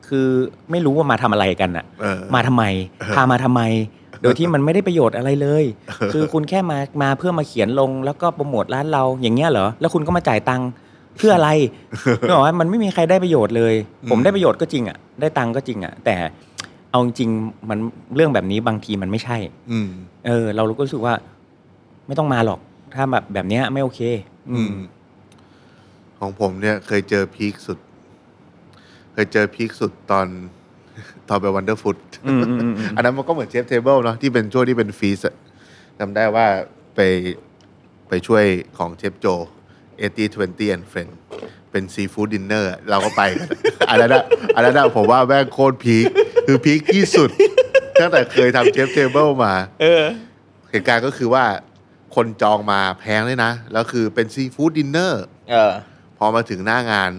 S4: คือไม่รู้ว่ามาทำอะไรกันอ่ะ
S2: เออ
S4: มาทำไม พามาทำไม โดยที่มันไม่ได้ประโยชน์อะไรเลย คือคุณแค่มามาเพื่อมาเขียนลงแล้วก็โปรโมทร้านเราอย่างเงี้ยเหรอแล้วคุณก็มาจ่ายตังค์เพื่ออะไรนึกออกว่ามันไม่มีใครได้ประโยชน์เลย
S2: อืม
S4: ผมได้ประโยชน์ก็จริงอ่ะได้ตังค์ก็จริงอ่ะแต่เอาจริงๆมันเรื่องแบบนี้บางทีมันไม่ใช่
S2: อืม
S4: เออเราก็รู้สึกว่า ไม่ต้องมาหรอก ถ้าแบบแบบเนี้ยไม่โอเค อื
S2: อื
S4: ม
S2: ม ของผมเนี่ยเคยเจอพีคสุด เคยเจอพีคสุดตอน ตอนไปวันเดอร์ฟุต
S4: อืมอืมอืมอืม
S2: อันนั้นมันก็เหมือนเชฟเทเบิลเนาะที่เป็นช่วงที่เป็นฟรีสอะจำได้ว่าไปไปช่วยของเชฟโจเอตี้ทเวนตี้แอนเฟรนเป็นซีฟู้ดดินเนอร์เราก็ไปกันอันนั้น อะอันนั้นอะผมว่าแม่งโคตรพีคคือพีคที่สุด ตั้งแต่เคยทำเชฟเทเบิลมา
S4: เออ
S2: เหตุการณ์ก็คือว่าคนจองมาแพงเลยนะ แล้วคือเป็นซีฟู้ดดินเนอร์
S4: เออ
S2: พอมาถึงหน้างาน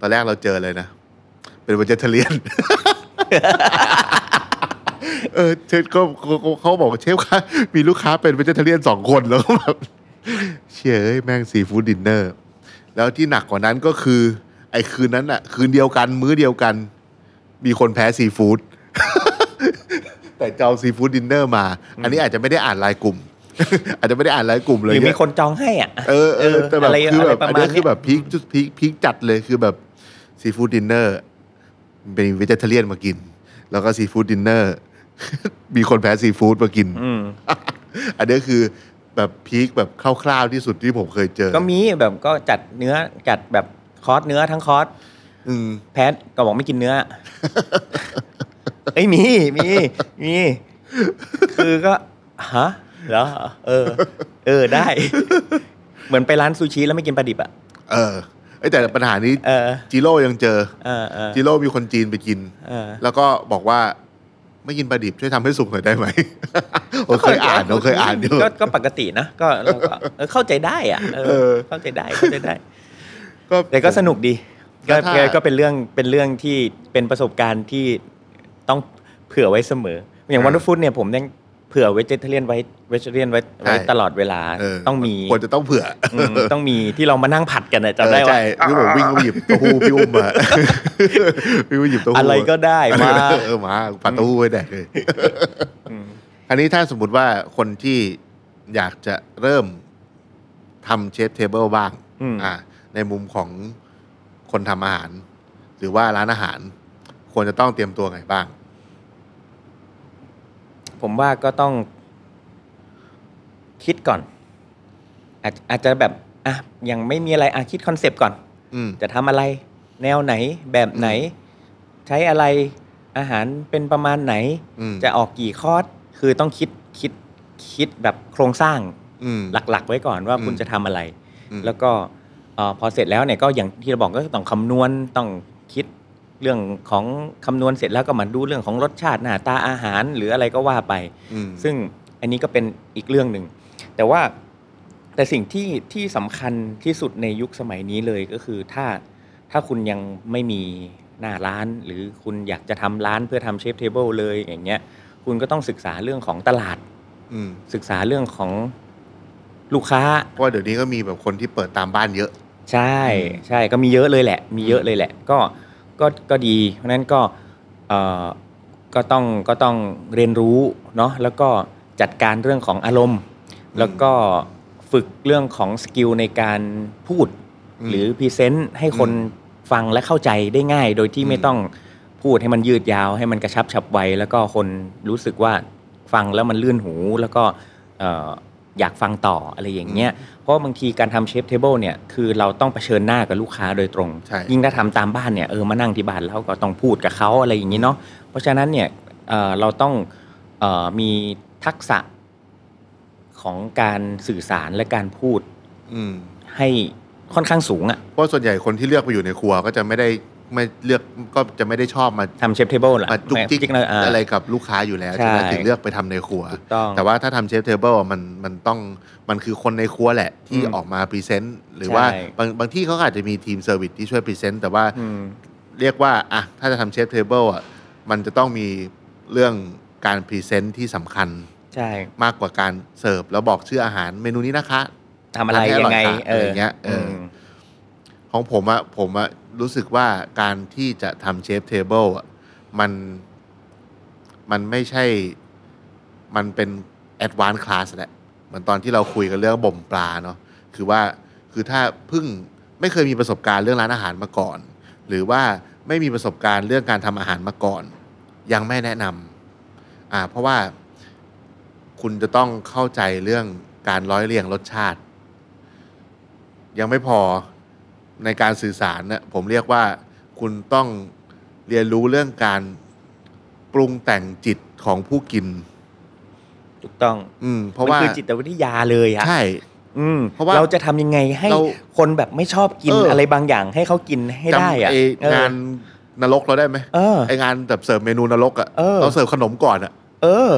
S2: ตอนแรกเราเจอเลยนะ เป็นเวจเทเลียน เออเชฟก็เขาเขาบอกว่าเชฟคะมีลูกค้าเป็นเวจเทเลียนสองคนแล้วก็แบบเชี่ยเอ้ยแม่งซีฟู้ดดินเนอร์ แล้วที่หนักกว่านั้นก็คือ ไอ้คืนนั้นอะคืนเดียวกันมื้อเดียวกัน มีคนแพ้ซีฟู้ด แต่จองซีฟู้ดดินเนอร์มา อันนี้อาจจะไม่ได้อ่านรายกลุ่ม อาจจะไม่ได้อ่านรายกลุ่ม
S4: ห
S2: เลย
S4: รือมี
S2: เนี่ย
S4: คนจองให้อ่ะ
S2: เออเออแต่แบ
S4: อะ
S2: บ
S4: ไร
S2: คือแบบ
S4: อะไรประมาณ
S2: อันเนี้ย
S4: เนี้ย
S2: คือแบบพีคจุดพีคพีคจัดเลยคือแบบซีฟู้ดดินเนอร์เป็นเวจเทเรียนมากิน แล้วก็ซีฟู้ดดินเนอร์ มีคนแพ้ซีฟู้ดมากิน
S4: อืม
S2: อันเนี้ยคือแบบพีคแบบคร่าวๆที่สุดที่ผมเคยเจอ
S4: ก็มีแบบก็จัดเนื้อจัดแบบคอร์สเนื้อทั้งคอร์ส
S2: อืม
S4: แพทก็บอกไม่กินเนื้อ เอ้ยมีมีมีคือก็ฮะเหรอเออ เออได้ เหมือนไปร้านซูชิแล้วไม่กินปลาดิบอ่ะ
S2: เออเอ้ยแต่ปัญหานี้
S4: เออ
S2: จิโร่ยังเจอ
S4: เออเออ
S2: จิโร่มีคนจีนไปกิน
S4: เออ
S2: แล้วก็บอกว่าไม่กินปลาดิบช่วยทำให้สุกหน่อยได้ไหม ผมเคยอ่านผมเคยอ่านอยู่
S4: ก็ก็ปกตินะก็เราก็เออเข้าใจได้อ่ะเออ
S2: เออ
S4: เข้าใจได้เข้าใจได้
S2: ก็
S4: แต่ก็สนุกดี
S2: ก็
S4: ก็
S2: ถ้า
S4: ก็ก็เป็นเรื่องเป็นเรื่องที่เป็นประสบการณ์ที่ต้องเผื่อไว้เสมอ อย่าง
S2: อ่า
S4: วันฟุตเนี่ยผมยังเผื่อเวจเทเรียนไว้เวจเทเรียนไว้ไว้
S2: ใช่
S4: ตลอดเวลา
S2: เ
S4: ต้องมี
S2: ควรจะต้องเผื่อ
S4: อืมต้องมีที่เรามานั่งผัดกันน่ะจำได้
S2: เออ
S4: ว่า
S2: ใช่พี่ผมวิ่งเข้าไปหยิบเต้าหู้พี่อุ้มมา พี่อุ้มหยิบเต้าหู้
S4: อะไรก็ได้มา
S2: เออมาผัดเต้าหู้ไว้แดกเลย
S4: อืม
S2: อันนี้ถ้าสมมติว่าคนที่อยากจะเริ่มทำเชฟเทเบิลบ้าง
S4: อืม
S2: อ่า ในมุมของคนทำอาหาร หรือว่าร้านอาหาร ควรจะต้องเตรียมตัวไงบ้าง
S4: ผมว่าก็ต้องคิดก่อน อาจอาจจะแบบอ่ะยังไม่มีอะไรอ่ะคิดคอนเซปต์ก่อน
S2: อืม
S4: จะทำอะไรแนวไหนแบบไหน ใช้อะไรอาหารเป็นประมาณไหน
S2: อืม
S4: จะออกกี่คอร์สคือต้องคิดคิดคิดแบบโครงสร้าง
S2: อืม
S4: หลักๆ ไว้ก่อนว่า
S2: อืม
S4: คุณจะทำอะไร
S2: อืม
S4: แล้วก็เอ่อพอเสร็จแล้วเนี่ยก็อย่างที่เราบอกก็ต้องคำนวณต้องคิด เรื่องของคำนวณเสร็จแล้วก็มาดูเรื่องของรสชาติหน้าตาอาหารหรืออะไรก็ว่าไป
S2: อืม
S4: ซึ่งอันนี้ก็เป็นอีกเรื่องหนึ่ง แต่ว่าแต่สิ่งที่ที่สำคัญที่สุดในยุคสมัยนี้เลยก็คือถ้าถ้าคุณยังไม่มีหน้าร้าน หรือคุณอยากจะทำร้านเพื่อทำเชฟเทเบิลเลยอย่างเงี้ยคุณก็ต้องศึกษาเรื่องของตลาด
S2: อืม
S4: ศึกษาเรื่องของลูกค้า
S2: เพราะว่าเดี๋ยวนี้ก็มีแบบคนที่เปิดตามบ้านเยอะ
S4: ใช่
S2: อืม
S4: ใช่ก็มีเยอะเลยแหละ มีเยอะเลยแหละ ก็ก็ก็ดี เพราะฉะนั้นก็เอ่อก็ต้องก็ต้องเรียนรู้เนาะแล้วก็จัดการเรื่องของอารมณ์ แล้วก็ฝึกเรื่องของสกิลในการพูด
S2: ม
S4: หรือพรีเซนต์ให้คนฟังและเข้าใจได้ง่าย โดยที่
S2: อืม
S4: ไม่ต้องพูดให้มันยืดยาว ให้มันกระชับฉับไวแล้วก็คนรู้สึกว่าฟังแล้วมันลื่นหู แล้วก็เอ่ออยากฟังต่ออะไรอย่างเงี้ยเพราะบางทีการทำเชฟเทเบิลเนี่ยคือเราต้องเผชิญหน้ากับลูกค้าโดยตรง
S2: ใช่
S4: ยิ่งถ้าทำตามบ้านเนี่ยเออมานั่งที่บ้านแล้วก็ต้องพูดกับเขาอะไรอย่างนี้เนาะเพราะฉะนั้นเนี่ยเอ่อเราต้องเอ่อมีทักษะของการสื่อสารและการพูด
S2: อืม
S4: ให้ค่อนข้างสูงอะ
S2: เพราะส่วนใหญ่คนที่เลือกไปอยู่ในครัวก็จะไม่ได้ไม่เลือกก็จะไม่ได้ชอบมา
S4: ทำเชฟเทเบิลล่ะ
S2: มาจุกจิก
S4: ไม่า
S2: อะไรกับลูกค้าอยู่แล้ว
S4: ใช่
S2: ใช่ไหมถึงเลือกไปทำในครัว
S4: ถูกต้อง
S2: แต่ว่าถ้าทำเชฟเทเบิลมันมันต้องมันคือคนในครัวแหละ ที่
S4: อืม
S2: ออกมาพรีเซนต์หรือ
S4: ใช่
S2: ว่าบางบางที่เขาก็อาจจะมีทีมเซอร์วิสที่ช่วยพรีเซนต์แต่ว่า
S4: อืม
S2: เรียกว่าอ่ะถ้าจะทำเชฟเทเบิลอ่ะมันจะต้องมีเรื่องการพรีเซนต์ที่สำคัญ
S4: ใช่
S2: มากกว่าการเสิร์ฟแล้วบอกชื่ออาหารเมนูนี้นะคะ
S4: ทำอะไร
S2: ทำให้อ
S4: ยั
S2: ร่อย
S4: งไง
S2: ค่ะ
S4: เออ
S2: เอออย่างเงี้ยเอออื
S4: ม
S2: ของผมอะผมอะรู้สึกว่าการที่จะทำเชฟเทเบิลอะมันมันไม่ใช่มันเป็นแอดวานซ์คลาสแหละเหมือนตอนที่เราคุยกันเรื่องบ่มปลาเนาะคือว่าคือถ้าเพิ่งไม่เคยมีประสบการณ์เรื่องร้านอาหารมาก่อน หรือว่าไม่มีประสบการณ์เรื่องการทำอาหารมาก่อน ยังไม่แนะนำอ่าเพราะว่าคุณจะต้องเข้าใจเรื่องการร้อยเรียงรสชาติ ยังไม่พอในการสื่อสารเนี่ยผมเรียกว่าคุณต้องเรียนรู้เรื่องการปรุงแต่งจิตของผู้กิน
S4: ถูกต้อง
S2: อืม เพราะว่า
S4: มันคือจิตวิทยาเลยอะ
S2: ใช่
S4: อืม
S2: เพราะว่า
S4: เราจะทำยังไงให้
S2: เรา
S4: คนแบบไม่ชอบกิน
S2: เอออ
S4: อะไรบางอย่างให้เขากินให้ได้
S2: จำ
S4: อะ
S2: ไอ้
S4: เออง
S2: านนรกเราได้ไหม
S4: เออ
S2: ไองานแบบเสิร์ฟเมนูนรกอะ
S4: เออ
S2: เสิร์ฟขนมก่อนอะ
S4: เออ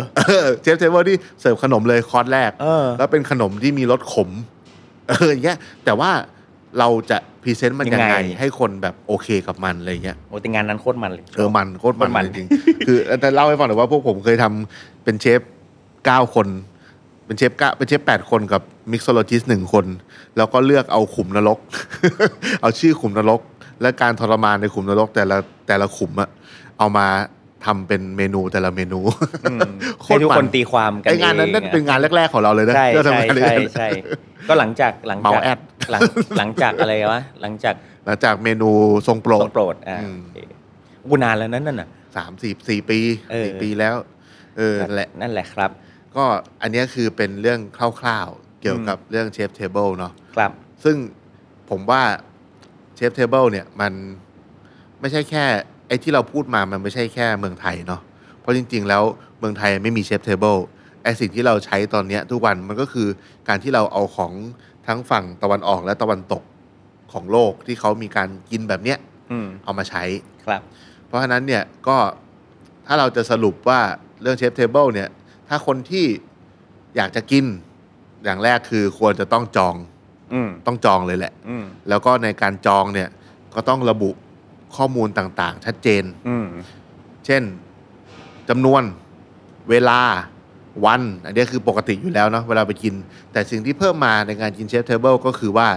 S2: เชฟเทเบิลที่เสิร์ฟขนมเลยคอร์สแรก
S4: เออ
S2: แล้วเป็นขนมที่มีรสขม เอออย่างเงี้ยแต่ว่าเราจะพรีเซนต์มัน
S4: ยั
S2: ยัง
S4: ง
S2: ไง
S4: ไง
S2: ให้คนแบบโอเคกับมันอะไรเงี้ย
S4: โอ้แต่งานนั้นโคตรมันเลย
S2: เออมันโคตร
S4: โคตรมั
S2: มัน
S4: น
S2: จริงๆคือแต่เล่าให้ฟังหน่อยว่าพวกผมเคยทำเป็นเชฟเก้าคน เป็นเชฟเก้าเป็นเชฟแปดคนกับมิกซ o โลจิสหนึ่งคน แล้วก็เลือกเอาขุมนรก เอาชื่อขุมนรก และการทรมานในขุมนรกแต่ละแต่ละขุมอะเอามาทำเป็นเมนูแต่ละเมนู
S4: ม
S2: โคตร
S4: ให้
S2: มัน
S4: ทุกคนตีความกัน
S2: ไองานนั้น
S4: เ
S2: นั่นเป็นงานแรก ๆ ของเราเลยนะ
S4: ใช่
S2: เรา
S4: ใช่
S2: ทำงานด้วย
S4: ใช่
S2: กัน
S4: ใช่ก็หลังจากหลัง
S2: เมา
S4: จาก
S2: แอด
S4: หลังหลังจากอะไรวะหลังจาก
S2: หลังจากเมนูทรงโปร
S4: ต้
S2: ด
S4: องโปรดอ่า
S2: อืม
S4: โอเคกูนานแล้วนั่นน่ะ
S2: สามสี่สี่ปี
S4: เออ
S2: สี่ปีแล้ว เออนั่นแหละ
S4: นั่นแหละครับ
S2: ก็อันเนี้ยคือเป็นเรื่องคร่าวๆ เกี่ยวกับเรื่องเชฟเทเบิลเนาะ
S4: ครับ
S2: ซึ่งผมว่าเชฟเทเบิลเนี่ยมันไม่ใช่แค่ไอ้ที่เราพูดมามันไม่ใช่แค่เมืองไทยเนาะเพราะจริง ๆ แล้วเมืองไทยไม่มีเชฟเทเบิลไอ้สิ่งที่เราใช้ตอนเนี้ยทุกวันมันก็คือการที่เราเอาของทั้งฝั่งตะวันออกและตะวันตกของโลกที่เขามีการกินแบบเนี้ย
S4: อืม
S2: เอามาใช้
S4: ครับ
S2: เพราะฉะนั้นเนี่ยก็ถ้าเราจะสรุปว่าเรื่องเชฟเทเบิลเนี่ยถ้าคนที่อยากจะกินอย่างแรกคือควรจะต้องจอง
S4: อืม
S2: ต้องจองเลยแหละ
S4: อืม
S2: แล้วก็ในการจองเนี่ยก็ต้องระบุข้อมูลต่างๆ ชัดเจน
S4: อืม
S2: เช่นจำนวนเวลาวัน อันนี้คือปกติอยู่แล้วเนาะเวลาไปกิน แต่สิ่งที่เพิ่มมาในการกินเชฟเทเบิลก็คือว่า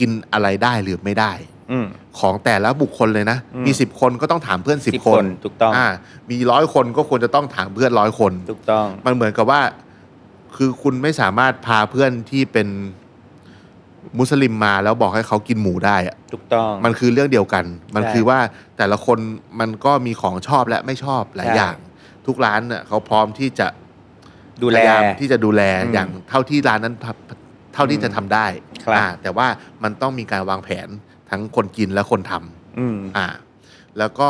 S2: กินอะไรได้หรือไม่ได้
S4: อืม
S2: ของแต่ละบุคคลเลยนะ
S4: อืม
S2: มีสิบคนก็ต้องถามเพื่อนสิบ
S4: 10
S2: คน
S4: ถูกต้อง
S2: อ่า มีร้อยคนก็ควรจะต้องถามเพื่อนร้อยคน
S4: ถูกต้อง
S2: มันเหมือนกับว่า คือคุณไม่สามารถพาเพื่อนที่เป็นมุสลิมมาแล้วบอกให้เขากินหมูได้อะ
S4: ถูกต้อง
S2: มันคือเรื่องเดียวกัน มัน
S4: ใช่
S2: คือว่าแต่ละคนมันก็มีของชอบและไม่ชอบหลาย
S4: ใช่
S2: อย่าง ทุกร้านเน่ะเขาพร้อมที่จะ
S4: ดูแล
S2: พยายามที่จะดูแล
S4: อืม
S2: อย่างเท่าที่ร้านนั้นทำเท่าที่จะทำได้
S4: ครับ
S2: อ่าแต่ว่ามันต้องมีการวางแผนทั้งคนกินและคนทำ
S4: อืม
S2: อ่าแล้วก็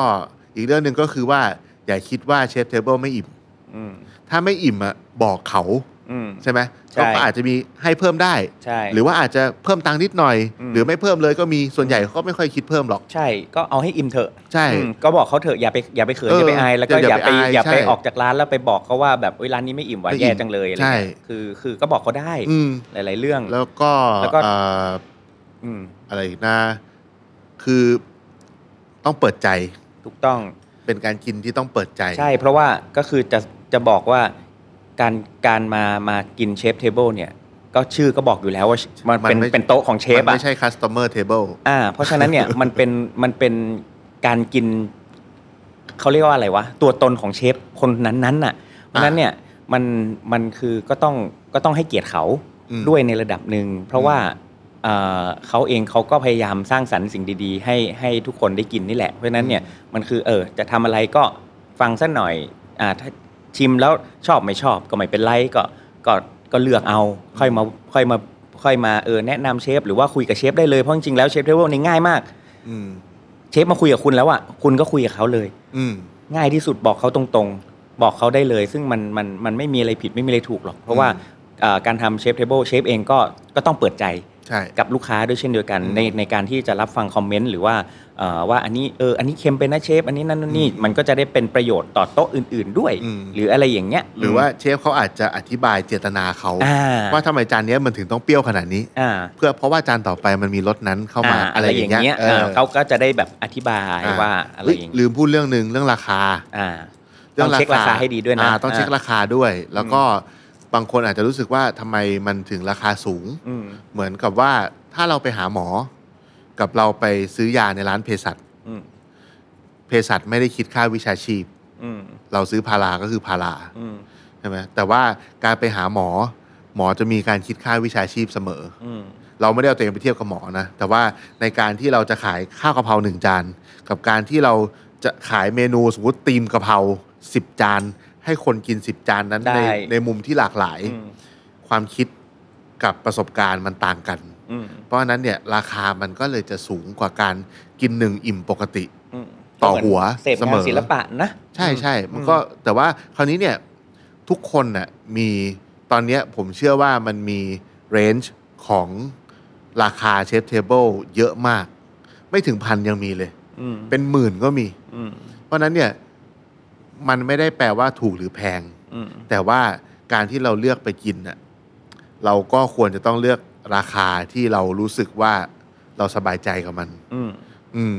S2: อีกเรื่องหนึ่งก็คือว่า อย่าคิดว่าเชฟเทเบิลไม่อิ่ม
S4: อืม
S2: ถ้าไม่อิ่มอะบอกเขา
S4: อ อืม
S2: ใช่ไหม
S4: ใช่
S2: ก็อาจจะมีให้เพิ่มได้
S4: ใช่
S2: หรือว่าอาจจะเพิ่มตังค์นิดหน่อย
S4: อืม
S2: หรือไม่เพิ่มเลยก็มีส่วนใหญ่เขาก็ไม่ค่อยคิดเพิ่มหรอก
S4: ใช่ก็เอาให้อิ่มเถอะ
S2: ใช่
S4: อืมก็บอกเขาเถอะอย่าไปอย่าไปเขิน
S2: เอ
S4: อ
S2: อ
S4: ย่าไปอายแล้วก็อย่
S2: อา
S4: ย่า
S2: ไป
S4: ไป
S2: อาย
S4: อย่าไป
S2: ใช่
S4: ออกจากร้านแล้วไปบอกเขาว่าแบบเอ้ยร้านนี้ไม่อิ่มว่ะ
S2: ไม่อิ่ม
S4: แย่จังเลยอะไร
S2: ใช่
S4: เงี้ยคือคือก็บอกเขาได้
S2: อืม
S4: หลาย ๆ เรื่อง
S2: แล้วก็
S4: แล้วก็
S2: เอ่อ
S4: อืม
S2: อะไรอีกนะ คือต้องเปิดใจ
S4: ถูกต้อง
S2: เป็นการกินที่ต้องเปิดใจ
S4: ใช่เพราะว่าก็คือจะจะบอกว่าการการมามากินเชฟเทเบิลเนี่ย ก็ชื่อก็บอกอยู่แล้วว่ามัน
S2: มัน
S4: เป็น
S2: ไม่
S4: เป็นโต๊ะของเชฟ
S2: มัน
S4: อ่ะ
S2: ไม่ใช่ customer table
S4: อ่า เพราะฉะนั้นเนี่ย มันเป็นมันเป็นการกินเขาเรียกว่าอะไรวะตัวตนของเชฟคนนั้นๆน่ะเพราะฉะนั้นเนี่ยมันมันคือก็ต้องก็ต้องให้เกียรติเขา
S2: อืม
S4: ด้วยในระดับหนึ่งเพราะว่าเอ่อเขาเองเขาก็พยายามสร้างสรรค์สิ่งดีๆ ให้ให้ทุกคนได้กินนี่แหละเพราะฉะนั้นเนี่ย มันคือเออจะทำอะไรก็ฟังสักหน่อยอ่าถ้าชิมแล้วชอบไม่ชอบก็ไม่เป็นไรก็ก็ก็เลือกเอาค่อยมาค่อยมาค่อยมาเออแนะนำเชฟหรือว่าคุยกับเชฟได้เลยเพราะจริงๆแล้วเชฟเทเบิลนี่ง่ายมาก
S2: อืม
S4: เชฟมาคุยกับคุณแล้วอ่ะคุณก็คุยกับเขาเลย
S2: อืม
S4: ง่ายที่สุดบอกเขาตรงๆ บอกเขาได้เลย ซึ่งมันมันมันไม่มีอะไรผิดไม่มีอะไรถูกหรอก เพราะว่า
S2: อืม
S4: เอ่อการทำเชฟเทเบิลเชฟเองก็ก็ต้องเปิดใจ
S2: ใช่
S4: กับลูกค้าด้วยเช่นเดียวกัน
S2: อืม
S4: ในในการที่จะรับฟังคอมเมนต์หรือว่าเอ่อว่าอันนี้เอออันนี้เค็มไปนะเชฟ อันนี้นั่นนู่นนี่
S2: อืม
S4: มันก็จะได้เป็นประโยชน์ต่อโต๊ะอื่น ๆด้วย
S2: อืม
S4: หรืออะไรอย่างเงี้ย
S2: หรือว่าเชฟเขาอาจจะอธิบายเจตนาเขา
S4: อ่า
S2: ว่าทำไมจานเนี้ยมันถึงต้องเปรี้ยวขนาดนี้
S4: อ่า
S2: เพื่อเพราะว่าจานต่อไปมันมีรสนั้นเข้ามาอะไรอย่างเงี้ย
S4: อ่า
S2: ออ
S4: เขาก็จะได้แบบอธิบาย
S2: อ่
S4: ว่าอะไรอย่าง
S2: ลื
S4: เงี้ย
S2: มพูดเรื่องหนึ่งเรื่องราคา
S4: อ่า ต้องเช็คราคาให้ดีด้วยนะ
S2: อ่าต้องเช็ค
S4: อ่า
S2: ราคาด้วย แล้วก็บางคนอาจจะรู้สึกว่าทำไมมันถึงราคาสูง
S4: อืม
S2: เหมือนกับว่าถ้าเราไปหาหมอ กับเราไปซื้อยาในร้านเภสัช
S4: อืม
S2: เภสัชไม่ได้คิดค่าวิชาชีพ
S4: อืม
S2: เราซื้อพาราก็คือพารา
S4: อืม
S2: ใช่ไหมแต่ว่าการไปหาหมอ หมอจะมีการคิดค่าวิชาชีพเสมอ
S4: อืม
S2: เราไม่ได้เอาตัวเองไปเทียบกับหมอนะ แต่ว่าในการที่เราจะขายข้าวกะเพราหนึ่งจาน กับการที่เราจะขายเมนูสมมติตีมกะเพราสิบจาน ให้คนกินสิบจานนั้นในในมุมที่หลากหลาย
S4: อืม
S2: ความคิดกับประสบการณ์มันต่างกัน
S4: อืม
S2: เพราะฉะนั้นเนี่ยราคามันก็เลยจะสูงกว่าการกินหนึ่งอิ่มปกติ
S4: อืม
S2: ต่อหัว
S4: เสพ
S2: เสม
S4: งาน
S2: อ
S4: ศิลปะนะ
S2: ใช่ใช่
S4: อื
S2: มันก็แต่ว่าคราวนี้เนี่ยทุกคนน่ะมีตอนเนี้ยผมเชื่อว่ามันมีเรนจ์ของราคาเชฟเทเบิลเยอะมาก ไม่ถึงพันยังมีเลย
S4: อืม
S2: เป็นหมื่นก็มี
S4: อืม
S2: เพราะฉะนั้นเนี่ยมันไม่ได้แปลว่าถูกหรือแพง
S4: อืม
S2: แต่ว่าการที่เราเลือกไปกินน่ะเราก็ควรจะต้องเลือกราคาที่เรารู้สึกว่าเราสบายใจกับมัน
S4: อืม
S2: อืม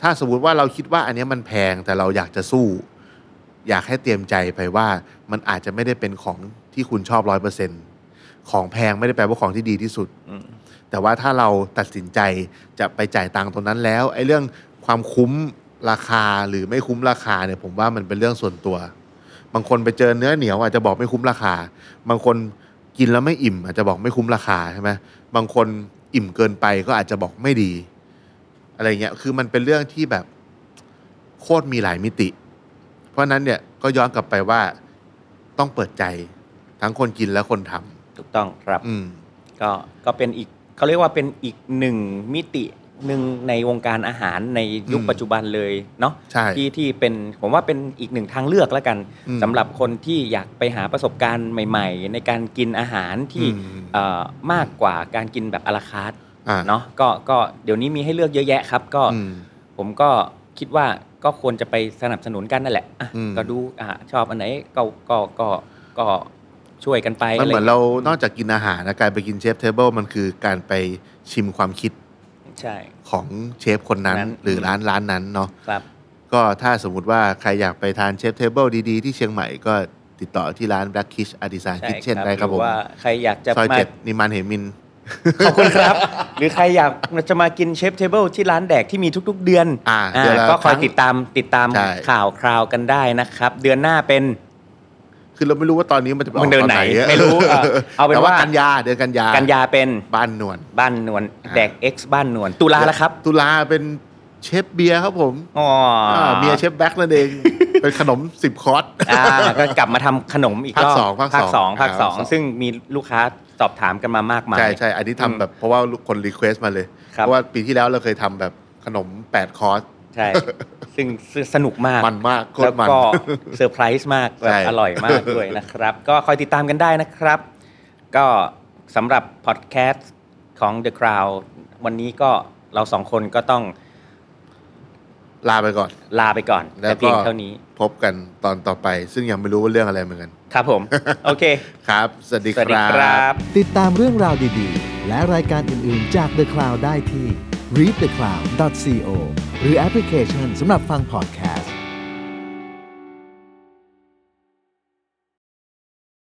S2: ถ้าสมมติว่าเราคิดว่าอันเนี้ยมันแพงแต่เราอยากจะสู้ อยากให้เตรียมใจไปว่า มันอาจจะไม่ได้เป็นของที่คุณชอบร้อยเปอร์เซ็นของแพงไม่ได้แปลว่าของที่ดีที่สุด
S4: อืม
S2: แต่ว่าถ้าเราตัดสินใจจะไปจ่ายตังค์ตรงนั้นแล้วไอ้เรื่องความคุ้มราคาหรือไม่คุ้มราคาเนี่ย ผมว่ามันเป็นเรื่องส่วนตัว บางคนไปเจอเนื้อเหนียวอาจจะบอกไม่คุ้มราคา บางคนกินแล้วไม่อิ่ม อาจจะบอกไม่คุ้มราคาใช่ไหมบางคนอิ่มเกินไปก็อาจจะบอกไม่ดี อะไรเงี้ยคือมันเป็นเรื่องที่แบบโคตรมีหลายมิติ เพราะฉะนั้นเนี่ยก็ย้อนกลับไปว่าต้องเปิดใจทั้งคนกินและคนทำ
S4: ถูกต้องครับ
S2: อืม
S4: ก็ก็เป็นอีกเขาเรียกว่าเป็นอีกหนึ่งมิติหนึ่งในวงการอาหารในยุค
S2: อืม
S4: ปัจจุบันเลยเนาะ
S2: ใช่
S4: ที่ที่เป็นผมว่าเป็นอีกหนึ่งทางเลือกแล้วกัน
S2: อืม
S4: สำหรับคนที่อยากไปหาประสบการณ์ใหม่ ๆ ในการกินอาหารที่
S2: อืม
S4: เอ่อมากกว่าการกินแบบอะลาคาร์ท
S2: อ่า
S4: เนาะก็ก็เดี๋ยวนี้มีให้เลือกเยอะแยะครับ ก็
S2: อืม
S4: ผมก็คิดว่าก็ควรจะไปสนับสนุนกันนั่นแหละอ่ะ
S2: อืม
S4: ก็ดูอ่ะชอบอันไหนก็ก็ก็ก็ช่วยกันไป
S2: มันเหมือนะ
S4: ไย่ง
S2: เรานอกจากกินอาหารนะการไปกินเชฟเทเบิลมันคือการไปชิมความคิด
S4: งี้ยใช่
S2: ของเชฟคนนั้น
S4: นั้น
S2: หรืออ
S4: ม
S2: ร้านร้านนั้นเนาะ
S4: ครับ
S2: ก็ถ้าสมมติว่าใครอยากไปทานเชฟเทเบิลดีๆ ที่เชียงใหม่ก็ติดต่อที่ร้าน Black Kish Artisan
S4: ใช่
S2: Kitchen ได้ครับ
S4: ห
S2: ผ
S4: อ
S2: ม
S4: ว่าใครอยากจะ
S2: ซอย
S4: มา
S2: เจ็ดนิมานเหมิน
S4: ขอบคุณครับ หรือใครอยากจะมากินเชฟเทเบิลที่ร้านแดกที่มีทุก ๆ เดือน
S2: อ่าเดือนละ
S4: ก็คอย
S2: ครั้ง
S4: ติดตามติดตาม
S2: ใช่
S4: ข่าวคราวกันได้นะครับ เดือนหน้าเป็น
S2: คือเราไม่รู้ว่าตอนนี้มันจะไปออก
S4: มันเดิน
S2: ตอ
S4: ไหน
S2: อะ
S4: ไม่รู้เออเอาเป็น
S2: แต่
S4: ว่ากั
S2: กันยาเดือนกันยา
S4: กันยาเป็น
S2: บ้านนวล
S4: บ้านนวล
S2: อ่า
S4: แดก X บ้านนวลตุลาแล้วครับ
S2: ตุลาเป็นเชฟเบียร์ครับผม
S4: อ๋อา
S2: เบียร์เชฟแบ็กนั่ นเอง เป็นขนมสิบคอร์ส
S4: อ่าก็กลับมาทำขนมอีกรอ
S2: ภาค
S4: บ
S2: สองภาค
S4: ภาค
S2: ส
S4: ส
S2: อ
S4: อง งภาคสอง
S2: อ่าภาคสอง
S4: ซึ่งมีลูกค้าสอบถามกันมามากมาย
S2: ใช่ใช่ อันนี้ทำแบบเพราะว่าคนรีเควสต์มาเลย
S4: ครับ
S2: เพราะว่าปีที่แล้วเราเคยทำแบบขนม 8 คอร์ส
S4: ใช่ ซึ่งซึ่งสนุกมาก
S2: มันมากโคต
S4: แล้ว
S2: รมัน
S4: ก็เซอร์ไพรส์มากแบบ
S2: ใช่
S4: อร่อยมากด้วยนะครับ ก็คอยติดตามกันได้นะครับ ก็สำหรับพอดแคสต์ของ The Crowd วันนี้ก็เราสองคนก็ต้อง
S2: ลาไปก่อน
S4: ลาไปก่อน
S2: แล้ว
S4: แต่
S2: ก็
S4: เพียงเท่านี้
S2: พบกันตอนต่อไป ซึ่งยังไม่รู้ว่าเรื่องอะไรเหมือนกัน
S4: ครับผม โอเค
S2: ครับ สวัสดี
S4: สวัสดี
S2: ครั
S4: ครับ บ
S1: ติดตามเรื่องราวดีๆ และรายการอื่นๆจาก The Cloud ได้ที่ readthecloud.co หรือแอปพลิเคชันสำหรับฟัง podcast